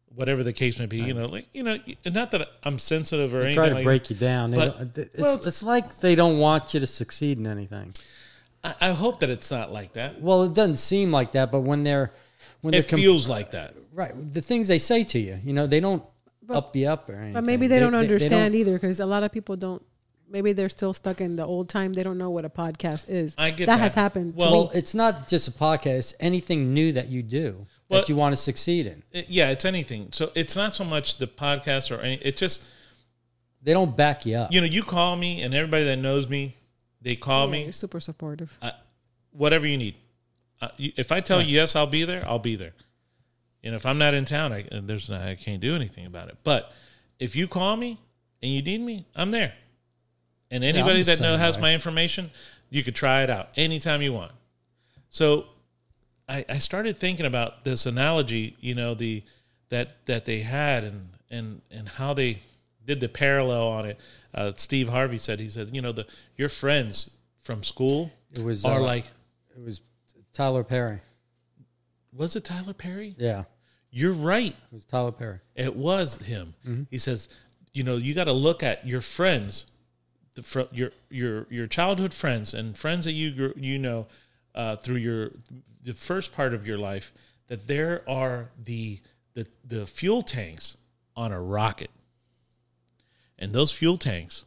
[SPEAKER 2] Whatever the case may be, you know, like, you know, and not that I'm sensitive or
[SPEAKER 4] They
[SPEAKER 2] anything.
[SPEAKER 4] try to
[SPEAKER 2] like-
[SPEAKER 4] break you down. They
[SPEAKER 2] But-
[SPEAKER 4] don't, it's,
[SPEAKER 2] well,
[SPEAKER 4] it's, like they don't want you to succeed in anything.
[SPEAKER 2] I, I hope that it's not like that.
[SPEAKER 4] Well, it doesn't seem like that, but when they're when
[SPEAKER 2] It
[SPEAKER 4] they're com-
[SPEAKER 2] feels like that.
[SPEAKER 4] right, the things they say to you, you know, they don't up you up or anything.
[SPEAKER 3] But maybe they, don't understand
[SPEAKER 4] don't-
[SPEAKER 3] either because a lot of people don't. Maybe they're still stuck in the old time. They don't know what a podcast is.
[SPEAKER 2] I get that.
[SPEAKER 3] has happened. to
[SPEAKER 2] Well,
[SPEAKER 3] me.
[SPEAKER 4] Well, it's not just a podcast; it's anything new that you do
[SPEAKER 2] Well-
[SPEAKER 4] that you want to succeed in.
[SPEAKER 2] It- yeah, it's anything. So it's not so much the podcast or any, it's just,
[SPEAKER 4] They don't back you up.
[SPEAKER 2] you know, you call me, and everybody that knows me, they call
[SPEAKER 3] Yeah,
[SPEAKER 2] me.
[SPEAKER 3] you're super supportive.
[SPEAKER 2] Whatever you need, uh, you, if I tell you yes, I'll be there. I'll be there. And if I'm not in town, I uh, there's not, I can't do anything about it. But if you call me and you need me, I'm there. And anybody
[SPEAKER 4] the
[SPEAKER 2] that know
[SPEAKER 4] same
[SPEAKER 2] has
[SPEAKER 4] way.
[SPEAKER 2] my information, you could try it out anytime you want. So I, I started thinking about this analogy, you know, the that that they had and and and how they did the parallel on it. Uh, Steve Harvey said he said, you know, the your friends from school
[SPEAKER 4] It was,
[SPEAKER 2] are
[SPEAKER 4] uh,
[SPEAKER 2] like
[SPEAKER 4] it was Tyler Perry.
[SPEAKER 2] was it Tyler Perry?
[SPEAKER 4] Yeah,
[SPEAKER 2] You're right.
[SPEAKER 4] it was Tyler Perry.
[SPEAKER 2] It was him.
[SPEAKER 4] Mm-hmm.
[SPEAKER 2] He says, you know, you got to look at your friends, the fr- your your your childhood friends and friends that you grew, you know uh, through your the first part of your life. That there are the the the fuel tanks on a rocket, and those fuel tanks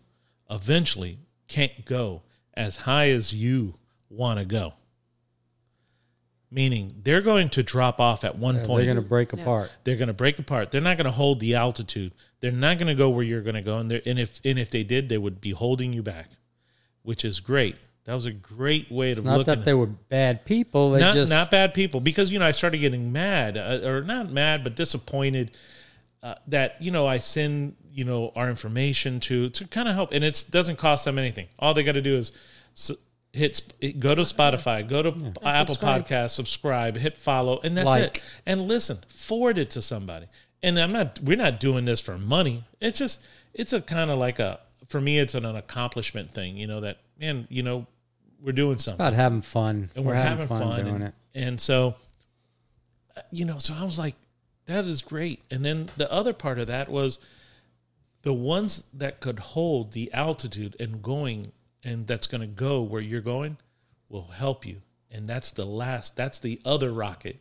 [SPEAKER 2] eventually can't go as high as you want to go. Meaning they're going to drop off at one
[SPEAKER 4] Yeah,
[SPEAKER 2] point.
[SPEAKER 4] they're going to break apart.
[SPEAKER 2] They're going to break apart. They're not going to hold the altitude. They're not going to go where you're going to go. And, they're- and if and if they did, they would be holding you back, which is great. That was a great way to
[SPEAKER 4] Not
[SPEAKER 2] look
[SPEAKER 4] that
[SPEAKER 2] at
[SPEAKER 4] they
[SPEAKER 2] it.
[SPEAKER 4] were bad people. They
[SPEAKER 2] Not,
[SPEAKER 4] just
[SPEAKER 2] not bad people because you know I started getting mad uh, or not mad but disappointed uh, that you know I send you know our information to to kind of help and it doesn't cost them anything. All they got to do is s hit sp- go to Spotify, go to Apple
[SPEAKER 3] subscribe.
[SPEAKER 2] Podcasts, subscribe, hit follow, and that's
[SPEAKER 4] Like.
[SPEAKER 2] it. And listen, forward it to somebody. And I'm not we're not doing this for money. It's just it's a kind of like a for me it's an, an accomplishment thing, you know that man, you know we're doing something
[SPEAKER 4] about having fun.
[SPEAKER 2] and we're, having, fun,
[SPEAKER 4] doing
[SPEAKER 2] and,
[SPEAKER 4] it.
[SPEAKER 2] And so uh, you know, so I was like, that is great. And then the other part of that was the ones that could hold the altitude and going and that's going to go where you're going will help you. And that's the last, that's the other rocket.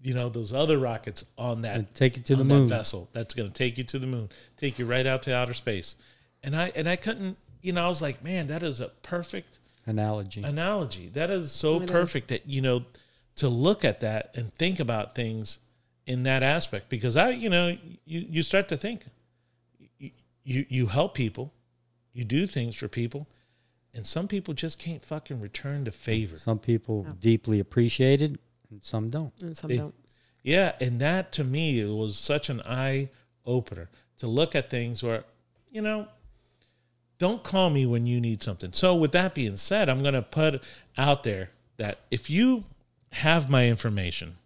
[SPEAKER 2] You know, those other rockets on that
[SPEAKER 4] take you to the
[SPEAKER 2] on that
[SPEAKER 4] moon.
[SPEAKER 2] vessel that's going to take you to the moon, take you right out to outer space. And I and I couldn't, you know, I was like, man, that is a perfect
[SPEAKER 4] analogy.
[SPEAKER 2] analogy. That is so
[SPEAKER 3] It is.
[SPEAKER 2] perfect that you know to look at that and think about things in that aspect because I, you know, you you start to think you you, you help people, you do things for people, and some people just can't fucking return the favor.
[SPEAKER 4] Some people deeply appreciate it, and some don't.
[SPEAKER 3] and some
[SPEAKER 2] They-
[SPEAKER 3] don't.
[SPEAKER 2] Yeah, and that to me it was such an eye opener to look at things where, you know, don't call me when you need something. So with that being said, I'm going to put out there that if you have my information,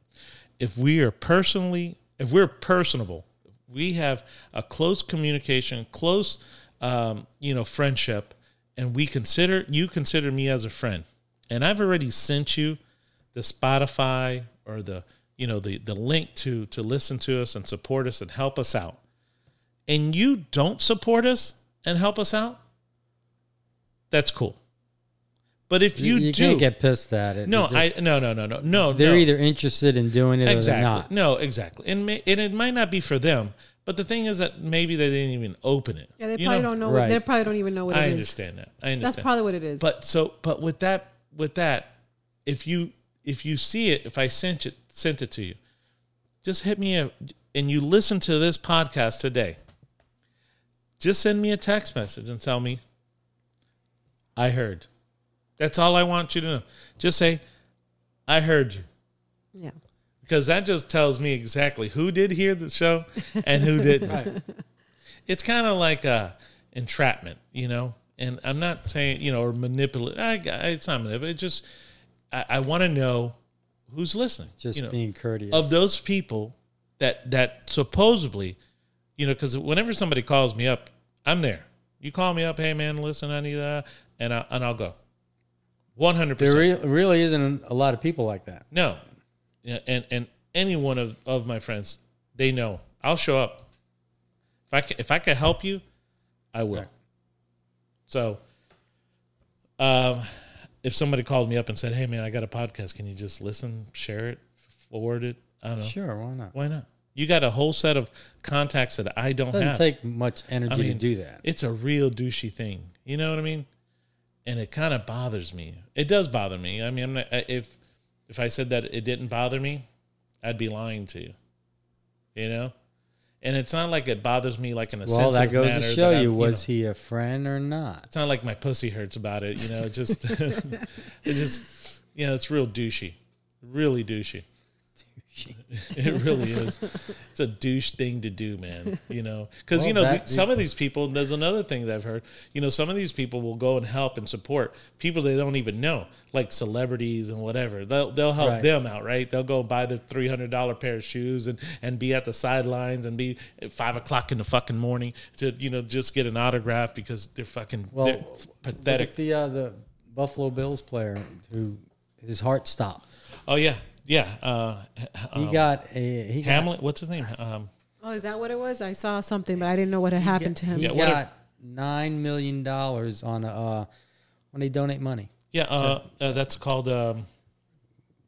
[SPEAKER 2] if we are personally, if we're personable, if we have a close communication, close, um, you know, friendship, and we consider you consider me as a friend, and I've already sent you the Spotify or the you know the the link to to listen to us and support us and help us out. And you don't support us and help us out, that's cool. But if you, do,
[SPEAKER 4] can't get pissed at it.
[SPEAKER 2] no,
[SPEAKER 4] It's just-
[SPEAKER 2] I no no no no no.
[SPEAKER 4] they're
[SPEAKER 2] no.
[SPEAKER 4] either interested in doing it or
[SPEAKER 2] exactly
[SPEAKER 4] they're not.
[SPEAKER 2] no exactly, and may, and it might not be for them. But the thing is that maybe they didn't even open it.
[SPEAKER 3] Yeah, they
[SPEAKER 2] You
[SPEAKER 3] probably don't know. What,
[SPEAKER 4] Right.
[SPEAKER 3] they probably don't even know what it is.
[SPEAKER 2] I understand that. I understand.
[SPEAKER 3] That's probably what it is.
[SPEAKER 2] But so, but with that, with that, if you if you see it, if I sent it sent it to you, just hit me up and you listen to this podcast today. Just send me a text message and tell me I heard. That's all I want you to know. Just say I heard you
[SPEAKER 3] yeah,
[SPEAKER 2] because that just tells me exactly who did hear the show and
[SPEAKER 4] [laughs]
[SPEAKER 2] who didn't. It's kind of like a entrapment, you know. And I'm not saying you know or manipulate. I, I- it's not manipulate. It's just I, I want to know who's listening.
[SPEAKER 4] Just
[SPEAKER 2] you know,
[SPEAKER 4] being courteous.
[SPEAKER 2] of those people that that supposedly, you know, because whenever somebody calls me up, I'm there. You call me up, hey man, listen, I need that, and I and I'll go. One hundred
[SPEAKER 4] there
[SPEAKER 2] percent.
[SPEAKER 4] re- really isn't a lot of people like that.
[SPEAKER 2] No. Yeah, and and any one of, of my friends, they know I'll show up. If I can, if I can help you, I will. So, um, if somebody called me up and said, "Hey man, I got a podcast. Can you just listen, share it, forward it?" I don't know.
[SPEAKER 4] Sure, why not?
[SPEAKER 2] Why not? You got a whole set of contacts that I don't
[SPEAKER 4] It doesn't
[SPEAKER 2] have.
[SPEAKER 4] take much energy to do that.
[SPEAKER 2] It's a real douchey thing. You know what I mean? And it kind of bothers me. It does bother me. I mean, I'm not, I- if if I said that it didn't bother me, I'd be lying to you. You know? And it's not like it bothers me like in a
[SPEAKER 4] Well, that
[SPEAKER 2] sensitive
[SPEAKER 4] goes
[SPEAKER 2] manner
[SPEAKER 4] to show
[SPEAKER 2] that I'm,
[SPEAKER 4] you,
[SPEAKER 2] know,
[SPEAKER 4] was he a friend or not?
[SPEAKER 2] it's not like my pussy hurts about it, you know. It just, [laughs] it just, you know, it's real douchey, really douchey. [laughs] It really is. It's a douche thing to do, man. You know, because you
[SPEAKER 4] Well,
[SPEAKER 2] know
[SPEAKER 4] that-
[SPEAKER 2] th- some of these people. There's another thing that I've heard. You know, some of these people will go and help and support people they don't even know, like celebrities and whatever. They'll they'll help
[SPEAKER 4] Right.
[SPEAKER 2] them out, right? They'll go buy the three hundred dollar pair of shoes and and be at the sidelines and be at five o'clock in the fucking morning to you know just get an autograph because they're fucking
[SPEAKER 4] Well,
[SPEAKER 2] they're
[SPEAKER 4] Look
[SPEAKER 2] pathetic.
[SPEAKER 4] at the uh, the Buffalo Bills player who his heart stopped.
[SPEAKER 2] oh yeah, yeah. Uh,
[SPEAKER 4] He got a he got
[SPEAKER 2] Hamlet, what's his name? Um,
[SPEAKER 3] Oh, is that what it was? I saw something, but I didn't know what had happened to him.
[SPEAKER 4] He
[SPEAKER 2] Yeah, what a-
[SPEAKER 4] got nine million dollars on a, uh, when they donate money.
[SPEAKER 2] yeah, uh, uh, that's called. Um,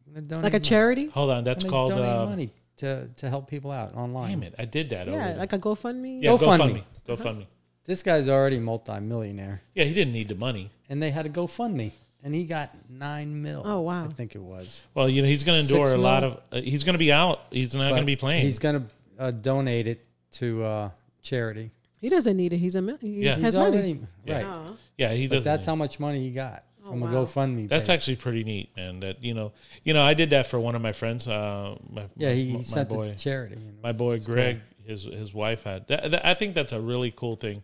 [SPEAKER 4] When they donate
[SPEAKER 3] Like a
[SPEAKER 4] money.
[SPEAKER 3] charity?
[SPEAKER 2] Hold on, that's
[SPEAKER 4] When they
[SPEAKER 2] called.
[SPEAKER 4] donate
[SPEAKER 2] Uh,
[SPEAKER 4] money to to help people out online.
[SPEAKER 2] damn it, I did that.
[SPEAKER 3] Yeah,
[SPEAKER 2] already.
[SPEAKER 3] like a GoFundMe.
[SPEAKER 2] yeah,
[SPEAKER 4] GoFundMe.
[SPEAKER 2] GoFundMe. GoFundMe.
[SPEAKER 4] This guy's already multimillionaire,
[SPEAKER 2] Yeah, he didn't need the money.
[SPEAKER 4] and they had a GoFundMe, and he got nine mil.
[SPEAKER 3] Oh, wow.
[SPEAKER 4] I think it was.
[SPEAKER 2] Well, you know, he's going to endure
[SPEAKER 4] Six
[SPEAKER 2] a lot
[SPEAKER 4] mil?
[SPEAKER 2] of. Uh, he's going to be out. He's not going to
[SPEAKER 4] But
[SPEAKER 2] be playing.
[SPEAKER 4] He's gonna uh, donate it to uh, charity.
[SPEAKER 3] He doesn't need it. He's a mil- he
[SPEAKER 2] Yeah.
[SPEAKER 4] He's
[SPEAKER 3] has money.
[SPEAKER 4] already right.
[SPEAKER 3] Oh.
[SPEAKER 2] yeah, he
[SPEAKER 4] But
[SPEAKER 2] doesn't.
[SPEAKER 4] that's
[SPEAKER 2] need-
[SPEAKER 4] how much money he got from
[SPEAKER 3] wow.
[SPEAKER 4] a GoFundMe.
[SPEAKER 2] That's
[SPEAKER 4] page.
[SPEAKER 2] actually pretty neat, man. That you know, you know, I did that for one of my friends. Uh, my,
[SPEAKER 4] yeah. He,
[SPEAKER 2] my, my
[SPEAKER 4] sent
[SPEAKER 2] boy,
[SPEAKER 4] it to charity. and
[SPEAKER 2] my boy Greg, his his wife had. That, that- I think that's a really cool thing.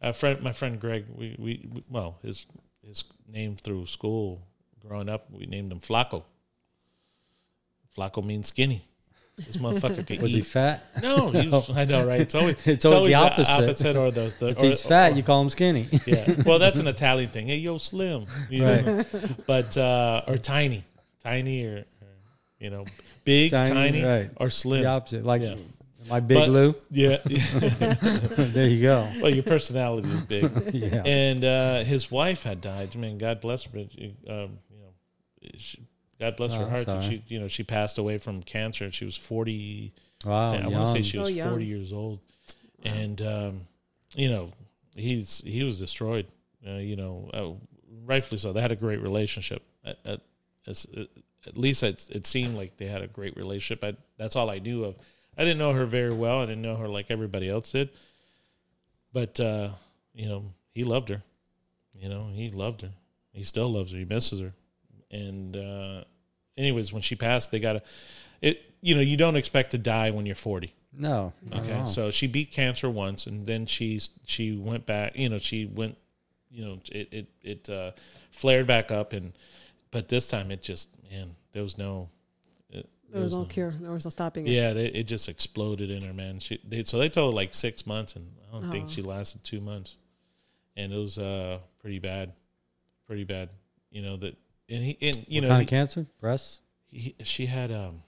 [SPEAKER 2] A friend, my friend Greg, we, we we- well his his name through school growing up, we named him Flaco. Flaco means skinny. This motherfucker can
[SPEAKER 4] [laughs] was he
[SPEAKER 2] eat.
[SPEAKER 4] fat? [laughs]
[SPEAKER 2] no, he was, I know, right? It's always it's,
[SPEAKER 4] always the
[SPEAKER 2] the
[SPEAKER 4] opposite.
[SPEAKER 2] opposite or the, the
[SPEAKER 4] If
[SPEAKER 2] or-
[SPEAKER 4] he's fat, you call him skinny.
[SPEAKER 2] [laughs]
[SPEAKER 4] [laughs]
[SPEAKER 2] yeah. Well, that's an Italian [laughs] thing. Hey, yo, slim. You know? But uh, or tiny, tiny or, or You know, big,
[SPEAKER 4] Tiny,
[SPEAKER 2] tiny,
[SPEAKER 4] right.
[SPEAKER 2] or slim.
[SPEAKER 4] The opposite. Like
[SPEAKER 2] Yeah.
[SPEAKER 4] my big
[SPEAKER 2] But- [laughs]
[SPEAKER 4] Lou.
[SPEAKER 2] Yeah.
[SPEAKER 4] there
[SPEAKER 2] [laughs]
[SPEAKER 4] you go.
[SPEAKER 2] well, your personality is big.
[SPEAKER 4] [laughs] Yeah.
[SPEAKER 2] And uh, his wife had died. I mean, God bless her. but, Um, you know, she, God bless
[SPEAKER 4] Oh,
[SPEAKER 2] her
[SPEAKER 4] I'm
[SPEAKER 2] heart. That
[SPEAKER 4] sorry.
[SPEAKER 2] she, you know, she passed away from cancer. She was forty.
[SPEAKER 4] wow.
[SPEAKER 2] I want to say
[SPEAKER 4] Oh, young.
[SPEAKER 2] she
[SPEAKER 3] So
[SPEAKER 2] was
[SPEAKER 3] young.
[SPEAKER 2] forty years old, and um, you know, he's he was destroyed. Uh, you know, uh, rightfully so. They had a great relationship. At, at, as- uh, at least it, it seemed like they had a great relationship. I, that's all I knew of. I didn't know her very well. I didn't know her like everybody else did. But uh, you know, he loved her. You know, he loved her. He still loves her. He misses her. And uh, anyways, when she passed, they got a. It you know you don't expect to die when you're 40.
[SPEAKER 4] No. not at
[SPEAKER 2] Okay,
[SPEAKER 3] Oh.
[SPEAKER 4] all.
[SPEAKER 2] so she beat cancer once, and then she she went back. You know, she went. You know, it it it uh, flared back up, and but this time it just man, there was no. It,
[SPEAKER 3] There was no cure. There was no stopping it.
[SPEAKER 2] Yeah, they, it just exploded in her, man. She they, so they told her like six months, and I don't think
[SPEAKER 3] Oh.
[SPEAKER 2] she lasted two months, and it was uh pretty bad, pretty bad. You know that, and he and you know
[SPEAKER 4] What kind
[SPEAKER 2] he-
[SPEAKER 4] of cancer? Breasts?
[SPEAKER 2] he, she had um,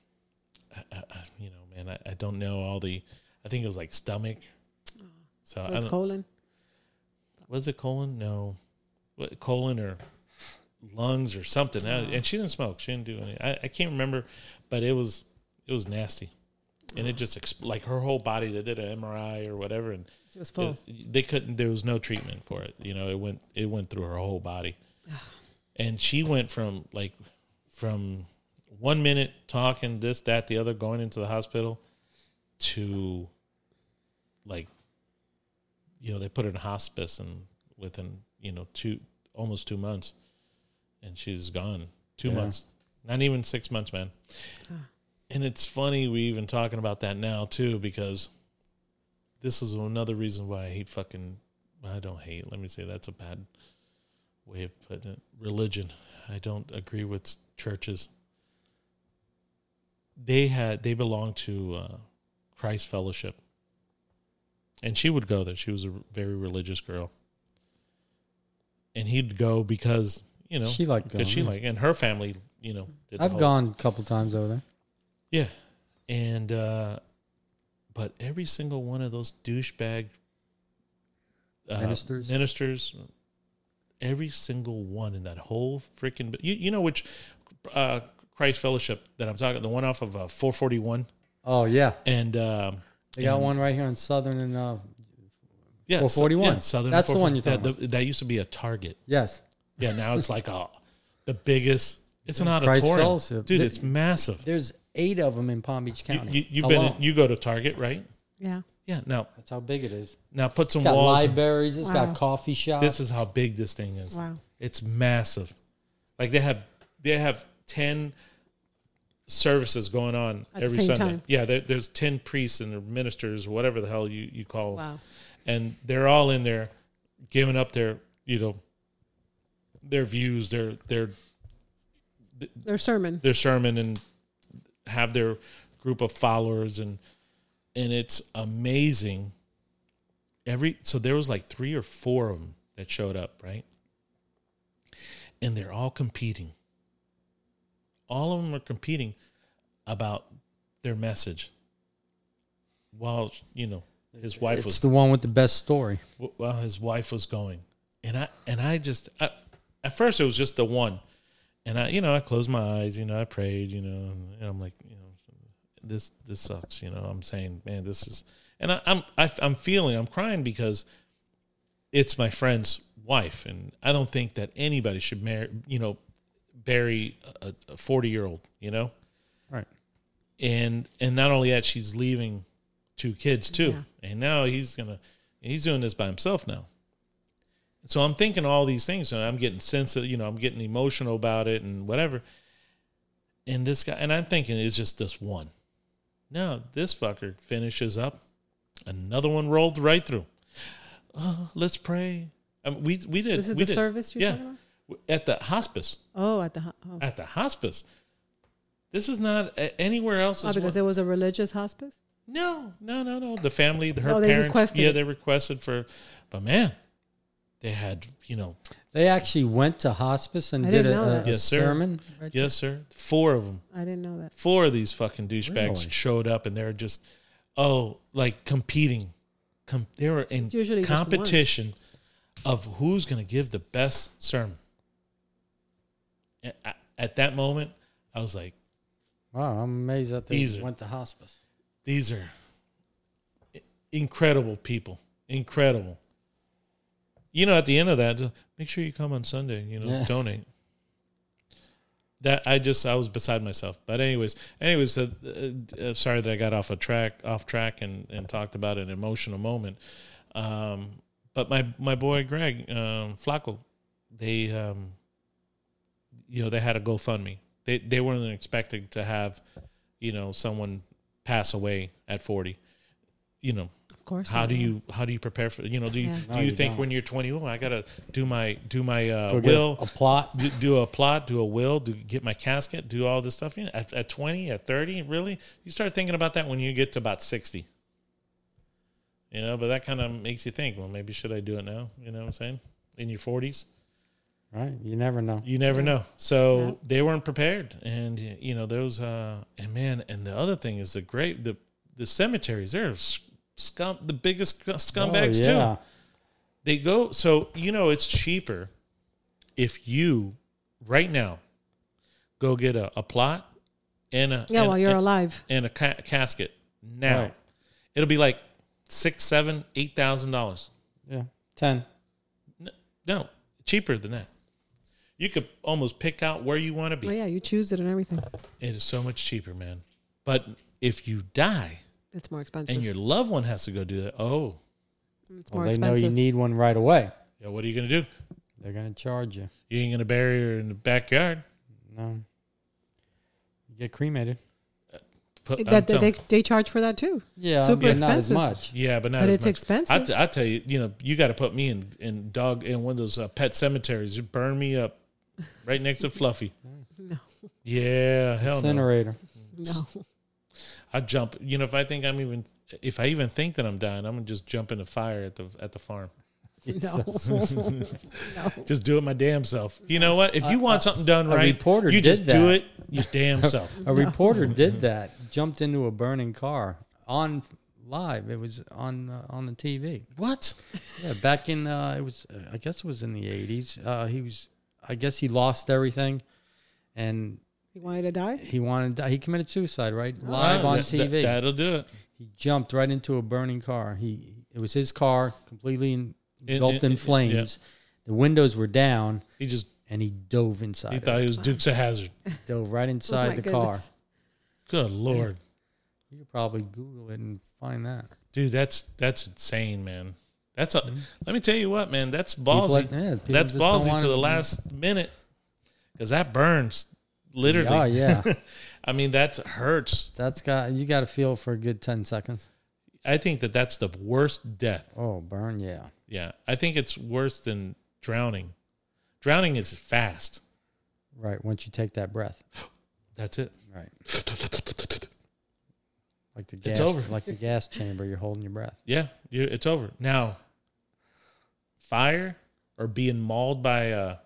[SPEAKER 2] I, I, I- you know, man, I, I don't know all the. I think it was like stomach. So,
[SPEAKER 3] So
[SPEAKER 2] I
[SPEAKER 3] it's
[SPEAKER 2] don't,
[SPEAKER 3] colon.
[SPEAKER 2] was it colon? No, what, colon or lungs or something. I- and she didn't smoke. She didn't do any. I, I can't remember, but it was it was nasty, and it just exp- like her whole body. They did an MRI or whatever, and
[SPEAKER 3] She was full.
[SPEAKER 2] is- they couldn't there was no treatment for it you know it went it went through her whole body and she went from like from one minute talking this that the other going into the hospital to like you know they put her in hospice and within you know two almost two months and she's gone two
[SPEAKER 4] Yeah.
[SPEAKER 2] months not even six months man and it's funny we even talking about that now too because this is another reason why I hate fucking. I don't hate. Let me say that's a bad way of putting it. Religion. I don't agree with churches. They had they belong to uh, Christ Fellowship, and she would go there. She was a very religious girl, and he'd go because you know
[SPEAKER 4] She liked going,
[SPEAKER 2] because she
[SPEAKER 4] yeah.
[SPEAKER 2] like and her family you know did the
[SPEAKER 4] I've
[SPEAKER 2] whole-
[SPEAKER 4] gone a couple times over there.
[SPEAKER 2] yeah. And uh but every single one of those douchebag uh,
[SPEAKER 4] Ministers?
[SPEAKER 2] ministers every single one in that whole freaking you, you know which uh Christ Fellowship that I'm talking the one off of uh, 441
[SPEAKER 4] Oh, yeah.
[SPEAKER 2] and um
[SPEAKER 4] They got
[SPEAKER 2] and-
[SPEAKER 4] one right here on Southern and, uh,
[SPEAKER 2] yeah,
[SPEAKER 4] 441.
[SPEAKER 2] yeah, Southern
[SPEAKER 4] That's the one you're
[SPEAKER 2] 441.
[SPEAKER 4] talking
[SPEAKER 2] that, that used to be a Target.
[SPEAKER 4] yes.
[SPEAKER 2] Yeah, now it's like a the biggest it's an
[SPEAKER 4] Christ
[SPEAKER 2] auditorium.
[SPEAKER 4] Fellowship.
[SPEAKER 2] Dude,
[SPEAKER 4] They-
[SPEAKER 2] it's massive.
[SPEAKER 4] There's eight of them in Palm Beach
[SPEAKER 2] You,
[SPEAKER 4] County.
[SPEAKER 2] you, you've been
[SPEAKER 4] alone.
[SPEAKER 2] you go to Target, right?
[SPEAKER 3] Yeah.
[SPEAKER 2] Yeah. Now
[SPEAKER 4] That's how big it is.
[SPEAKER 2] now put some
[SPEAKER 4] It's got
[SPEAKER 2] walls and-
[SPEAKER 4] libraries. It's
[SPEAKER 3] Wow.
[SPEAKER 4] got coffee shops.
[SPEAKER 2] this is how big this thing is.
[SPEAKER 3] Oh. Wow.
[SPEAKER 2] It's massive. Like they have they have ten services going on
[SPEAKER 3] At the
[SPEAKER 2] every
[SPEAKER 3] same
[SPEAKER 2] Sunday.
[SPEAKER 3] time.
[SPEAKER 2] Yeah, there, there's ten priests and ministers, whatever the hell you you call them,
[SPEAKER 3] Wow.
[SPEAKER 2] and they're all in there giving up their you know their views, their their
[SPEAKER 3] Their sermon.
[SPEAKER 2] their sermon and have their group of followers and and it's amazing every so there was like three or four of them that showed up right and they're all competing all of them are competing about their message while you know his wife
[SPEAKER 4] it's
[SPEAKER 2] was
[SPEAKER 4] the one with the best story.
[SPEAKER 2] wh- while his wife was going, and I and I just I, at first it was just the one, and I you know I closed my eyes, you know I prayed, you know, and, I'm like you know this this sucks, you know I'm saying man this is, and I, I'm I, I'm feeling I'm crying because it's my friend's wife, and I don't think that anybody should marry you know bury a- a forty year old, you know
[SPEAKER 4] Right.
[SPEAKER 2] and and not only that she's leaving two kids too
[SPEAKER 3] Yeah.
[SPEAKER 2] and now he's gonna he's doing this by himself now so i'm thinking all these things and i'm getting sensitive you know i'm getting emotional about it and whatever and this guy and i'm thinking it's just this one no this fucker finishes up another one rolled right through oh, let's pray I mean, we we did
[SPEAKER 3] This is
[SPEAKER 2] we
[SPEAKER 3] the
[SPEAKER 2] did-
[SPEAKER 3] service you're
[SPEAKER 2] yeah
[SPEAKER 3] talking about?
[SPEAKER 2] at the hospice
[SPEAKER 3] Oh, at the ho- oh,
[SPEAKER 2] at the hospice this is not a- anywhere else
[SPEAKER 3] oh
[SPEAKER 2] is
[SPEAKER 3] because
[SPEAKER 2] one-
[SPEAKER 3] it was a religious hospice.
[SPEAKER 2] no, no, no, no. The family, her
[SPEAKER 3] No, they
[SPEAKER 2] parents,
[SPEAKER 3] requested
[SPEAKER 2] yeah,
[SPEAKER 3] it.
[SPEAKER 2] they requested for. But man, They had, you know,
[SPEAKER 4] They actually went to hospice and
[SPEAKER 3] I
[SPEAKER 4] did
[SPEAKER 3] didn't
[SPEAKER 4] a,
[SPEAKER 3] know
[SPEAKER 4] a,
[SPEAKER 3] that.
[SPEAKER 4] a
[SPEAKER 2] Yes, sir.
[SPEAKER 4] sermon. right?
[SPEAKER 2] yes, sir, four of them.
[SPEAKER 3] I didn't know that.
[SPEAKER 2] Four of these fucking douchebags
[SPEAKER 4] Really?
[SPEAKER 2] showed up, and they're just, oh, like competing. Com- they were in
[SPEAKER 3] It's usually just one.
[SPEAKER 2] competition of who's going to give the best sermon. And I, at that moment, I was like,
[SPEAKER 4] Wow, I'm amazed that they
[SPEAKER 2] These are-
[SPEAKER 4] went to hospice.
[SPEAKER 2] these are i- incredible people. Incredible. You know, at the end of that, just make sure you come on Sunday, you know,
[SPEAKER 4] Yeah.
[SPEAKER 2] donate. That I just I was beside myself. But anyways, anyways, uh, uh, uh, sorry that I got off a track off track and and talked about an emotional moment. Um but my my boy Greg um Flacco, they um you know, they had a GoFundMe. They they weren't expecting to have, you know, someone pass away at 40. You know,
[SPEAKER 3] Of course.
[SPEAKER 2] how
[SPEAKER 3] not.
[SPEAKER 2] do you how do you prepare for you know do you
[SPEAKER 3] Yeah.
[SPEAKER 2] do
[SPEAKER 4] No,
[SPEAKER 2] you,
[SPEAKER 4] you
[SPEAKER 2] think
[SPEAKER 4] don't.
[SPEAKER 2] when you're 20 oh I gotta do my do my uh,
[SPEAKER 4] Go get
[SPEAKER 2] will
[SPEAKER 4] a plot.
[SPEAKER 2] do, do a plot do a will do get my casket do all this stuff you know, at, at 20 at 30 really you start thinking about that when you get to about 60 you know but that kind of makes you think well maybe should I do it now you know what I'm saying in your 40s
[SPEAKER 4] Right? You never know.
[SPEAKER 2] you never know. So
[SPEAKER 3] Yeah.
[SPEAKER 2] they weren't prepared, and you know those. Uh, and man, and the other thing is the great the the cemeteries. They're sc- scum, the biggest sc-
[SPEAKER 4] Oh,
[SPEAKER 3] Oh,
[SPEAKER 2] scumbags too. They go so you know it's cheaper if you right now go get a, a plot and a
[SPEAKER 3] Yeah,
[SPEAKER 2] and-
[SPEAKER 3] while you're
[SPEAKER 2] and-
[SPEAKER 3] alive.
[SPEAKER 2] and a ca- casket now.
[SPEAKER 4] Right.
[SPEAKER 2] It'll be like six, seven, eight thousand dollars.
[SPEAKER 4] Yeah. 10.
[SPEAKER 2] No, no, cheaper than that. You could almost pick out where you want to be.
[SPEAKER 3] Oh yeah, you choose it and everything.
[SPEAKER 2] It is so much cheaper, man. But if you die
[SPEAKER 3] It's more expensive.
[SPEAKER 2] and your loved one has to go do that, oh,
[SPEAKER 3] it's more
[SPEAKER 4] Well, they know
[SPEAKER 3] expensive.
[SPEAKER 4] you need one right away.
[SPEAKER 2] yeah, what are you going to do?
[SPEAKER 4] They're going to charge you.
[SPEAKER 2] You ain't going to bury her in the backyard.
[SPEAKER 4] No. You get cremated.
[SPEAKER 2] Put,
[SPEAKER 3] It-
[SPEAKER 2] I'm
[SPEAKER 3] that they,
[SPEAKER 2] telling-
[SPEAKER 3] they, they charge for that too.
[SPEAKER 4] Yeah.
[SPEAKER 3] Super
[SPEAKER 4] yeah, not as
[SPEAKER 3] expensive.
[SPEAKER 4] much.
[SPEAKER 2] yeah, but not
[SPEAKER 3] but
[SPEAKER 2] as
[SPEAKER 3] it's
[SPEAKER 2] much.
[SPEAKER 3] expensive.
[SPEAKER 2] I, t- I tell you, you know, you got to put me in, in dog in one of those uh, pet cemeteries. You burn me up right next to Fluffy. [laughs]
[SPEAKER 3] No.
[SPEAKER 2] Yeah, hell no.
[SPEAKER 4] Incinerator.
[SPEAKER 2] [laughs]
[SPEAKER 3] No.
[SPEAKER 2] I jump. You know, if I think I'm even, if I even think that I'm dying, I'm gonna just jump in the fire at the at the farm.
[SPEAKER 3] [laughs] No. no. [laughs]
[SPEAKER 2] Just do it my damn self. You know what? If you want something done
[SPEAKER 4] a
[SPEAKER 2] right,
[SPEAKER 4] reporter
[SPEAKER 2] you
[SPEAKER 4] did
[SPEAKER 2] just do
[SPEAKER 4] that.
[SPEAKER 2] it your damn self.
[SPEAKER 4] A [laughs] reporter did that. Jumped into a burning car on live. It was on uh, on the TV.
[SPEAKER 2] what?
[SPEAKER 4] Yeah, back in uh, it was I guess it was in the eighties. Uh, he was I guess he lost everything, and
[SPEAKER 3] You wanted to die?
[SPEAKER 4] he wanted to, he committed suicide right live
[SPEAKER 2] Oh,
[SPEAKER 4] on
[SPEAKER 2] that-
[SPEAKER 4] TV.
[SPEAKER 2] that- that'll do it.
[SPEAKER 4] he jumped right into a burning car. He it was his car completely en-
[SPEAKER 2] In-
[SPEAKER 4] engulfed
[SPEAKER 2] in-
[SPEAKER 4] in,
[SPEAKER 2] in- yeah.
[SPEAKER 4] flames. The windows were down,
[SPEAKER 2] He just
[SPEAKER 4] and he dove inside.
[SPEAKER 2] he
[SPEAKER 4] of
[SPEAKER 2] thought
[SPEAKER 4] it.
[SPEAKER 2] he was Dukes of Hazard.
[SPEAKER 4] dove right
[SPEAKER 3] Oh,
[SPEAKER 4] inside
[SPEAKER 3] my
[SPEAKER 4] the car.
[SPEAKER 3] goodness.
[SPEAKER 2] Good lord,
[SPEAKER 4] You could probably Google it and find that.
[SPEAKER 2] dude, that's that's insane, man. That's a. Let me tell you what, man. That's
[SPEAKER 4] Mm-hmm. People
[SPEAKER 2] ballsy.
[SPEAKER 4] like- yeah, people
[SPEAKER 2] that's
[SPEAKER 4] just don't
[SPEAKER 2] ballsy
[SPEAKER 4] wanna-
[SPEAKER 2] to the last minute, because that burns literally.
[SPEAKER 4] Oh yeah,
[SPEAKER 2] [laughs] I mean, that hurts.
[SPEAKER 4] that's got you got to feel for a good ten seconds.
[SPEAKER 2] I think that that's the worst death.
[SPEAKER 4] Oh burn, yeah.
[SPEAKER 2] Yeah, I think it's worse than drowning. Drowning is fast.
[SPEAKER 4] Right once you take that breath.
[SPEAKER 2] That's it.
[SPEAKER 4] Right. [laughs] Like the gas,
[SPEAKER 2] over.
[SPEAKER 4] like the gas chamber, you're holding your breath.
[SPEAKER 2] Yeah, you it's over now. Fire or being mauled by a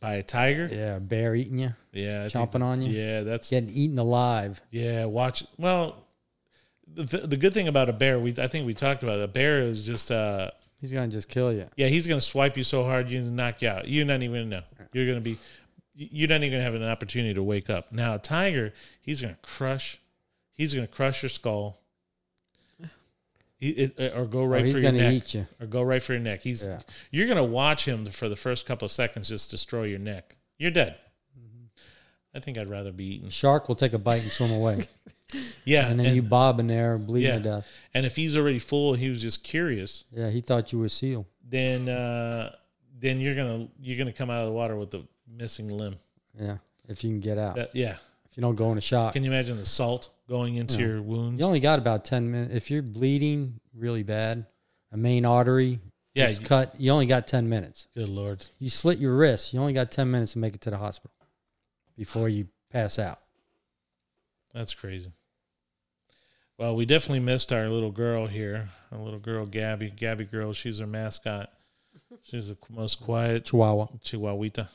[SPEAKER 2] by a tiger. Yeah,
[SPEAKER 4] Yeah, a bear eating you,
[SPEAKER 2] I think-
[SPEAKER 4] chomping on you,
[SPEAKER 2] Yeah, that's
[SPEAKER 4] getting eaten alive.
[SPEAKER 2] yeah. Watch. Well, the the good thing about a bear, we I think we talked about it. A bear is just uh
[SPEAKER 4] He's gonna just kill you.
[SPEAKER 2] yeah he's gonna swipe you so hard you knock you out. You're not even gonna know. You're gonna be you're not even gonna have an opportunity to wake up. Now a tiger, he's gonna crush. He's gonna crush your skull. He, it, uh, or go right
[SPEAKER 4] Oh, he's
[SPEAKER 2] for your
[SPEAKER 4] gonna
[SPEAKER 2] neck.
[SPEAKER 4] eat you.
[SPEAKER 2] or go right for your neck. He's
[SPEAKER 4] Yeah.
[SPEAKER 2] you're gonna watch him for the first couple of seconds just destroy your neck. You're dead. I think I'd rather be eaten.
[SPEAKER 4] Shark will take a bite and
[SPEAKER 2] [laughs]
[SPEAKER 4] swim away,
[SPEAKER 2] Yeah,
[SPEAKER 4] and then you bob in there, bleeding
[SPEAKER 2] yeah.
[SPEAKER 4] to death.
[SPEAKER 2] And if he's already full, he was just curious.
[SPEAKER 4] Yeah, he thought you were a seal.
[SPEAKER 2] Then uh, then you're gonna you're gonna come out of the water with the missing limb.
[SPEAKER 4] Yeah, if you can get out,
[SPEAKER 2] That, yeah.
[SPEAKER 4] if you don't go in a shock,
[SPEAKER 2] Can you imagine the salt going into your wound?
[SPEAKER 4] you only got about ten minutes. If you're bleeding really bad, a main artery
[SPEAKER 2] Yeah,
[SPEAKER 4] is
[SPEAKER 2] you-
[SPEAKER 4] cut, you only got ten minutes.
[SPEAKER 2] Good lord.
[SPEAKER 4] You slit your wrist, you only got ten minutes to make it to the hospital before you pass out.
[SPEAKER 2] That's crazy. Well, we definitely missed our little girl here, our little girl Gabby. Gabby girl, she's our mascot. She's the most quiet
[SPEAKER 4] Chihuahua.
[SPEAKER 2] chihuahuita.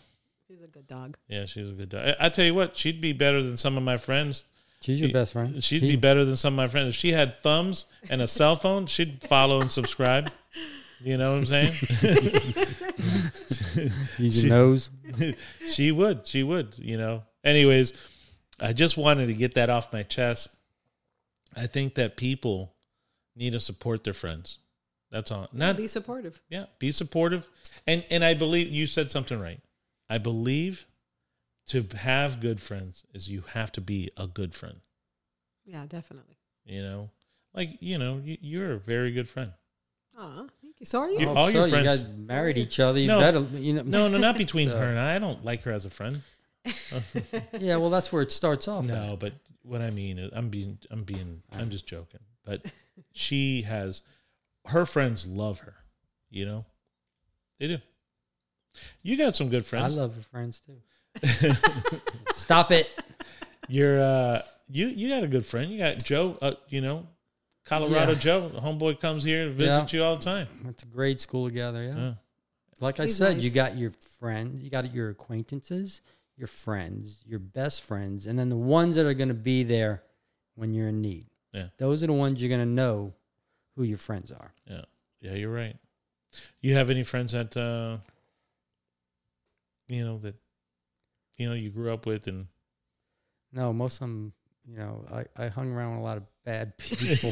[SPEAKER 3] She's a good dog.
[SPEAKER 2] Yeah, she's a good dog. I, I tell you what, she'd be better than some of my friends.
[SPEAKER 4] She's your
[SPEAKER 2] She-
[SPEAKER 4] best friend.
[SPEAKER 2] She'd be better than some of my friends. If she had thumbs and a cell phone, she'd follow and subscribe. You know what I'm saying?
[SPEAKER 4] Use
[SPEAKER 2] she-
[SPEAKER 4] your nose.
[SPEAKER 2] she would. She would, you know. Anyways, I just wanted to get that off my chest. I think that people need to support their friends. That's all. Not
[SPEAKER 3] Be supportive.
[SPEAKER 2] yeah, be supportive. And and I believe you said something right. I believe to have good friends is you have to be a good friend.
[SPEAKER 3] Yeah, definitely.
[SPEAKER 2] You know, like you know, you, you're a very good friend.
[SPEAKER 3] Aw, thank you. So are you?
[SPEAKER 2] You-
[SPEAKER 4] I hope
[SPEAKER 2] all your
[SPEAKER 4] Oh, You
[SPEAKER 2] friends-
[SPEAKER 4] guys married each other. You
[SPEAKER 2] No.
[SPEAKER 4] better. You know.
[SPEAKER 2] No, no, not between
[SPEAKER 4] So-
[SPEAKER 2] her and I. I don't like her as a friend.
[SPEAKER 4] [laughs] Yeah. Well, that's where it starts off. at.
[SPEAKER 2] No, but what I mean is, I'm being, I'm being, I'm just joking. But she has, her friends love her. You know, they do. You got some good
[SPEAKER 4] I
[SPEAKER 2] friends.
[SPEAKER 4] love your friends too. [laughs] Stop it.
[SPEAKER 2] [laughs] You're, uh, you, you got a good friend. You got Joe. Uh, you know, Colorado
[SPEAKER 4] Yeah.
[SPEAKER 2] Joe, homeboy comes here to visit you all the time.
[SPEAKER 4] Went to grade school together. Yeah.
[SPEAKER 2] Yeah.
[SPEAKER 4] Like I
[SPEAKER 3] He's
[SPEAKER 4] said, you
[SPEAKER 3] nice.
[SPEAKER 4] got your friends, you got your acquaintances, your friends, your best friends, and then the ones that are going to be there when you're in need.
[SPEAKER 2] Yeah.
[SPEAKER 4] Those are the ones you're going to know who your friends are.
[SPEAKER 2] Yeah, yeah, you're right. You have any friends that, uh, you know, that, you know, you grew up with and.
[SPEAKER 4] No, most of them, you know, I, I hung around with a lot of
[SPEAKER 2] [laughs]
[SPEAKER 4] bad people.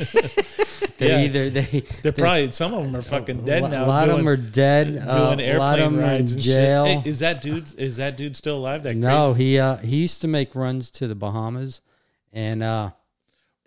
[SPEAKER 4] they
[SPEAKER 2] Yeah.
[SPEAKER 4] either they Oh,
[SPEAKER 2] They're probably some of them are fucking dead
[SPEAKER 4] a,
[SPEAKER 2] now.
[SPEAKER 4] lot of them
[SPEAKER 2] doing-
[SPEAKER 4] are dead.
[SPEAKER 2] doing
[SPEAKER 4] uh,
[SPEAKER 2] airplane
[SPEAKER 4] a lot of them are in
[SPEAKER 2] rides and
[SPEAKER 4] jail.
[SPEAKER 2] shit. Hey, is that dude? Is that dude still alive? That
[SPEAKER 4] no, he uh, he used to make runs to the Bahamas, and uh,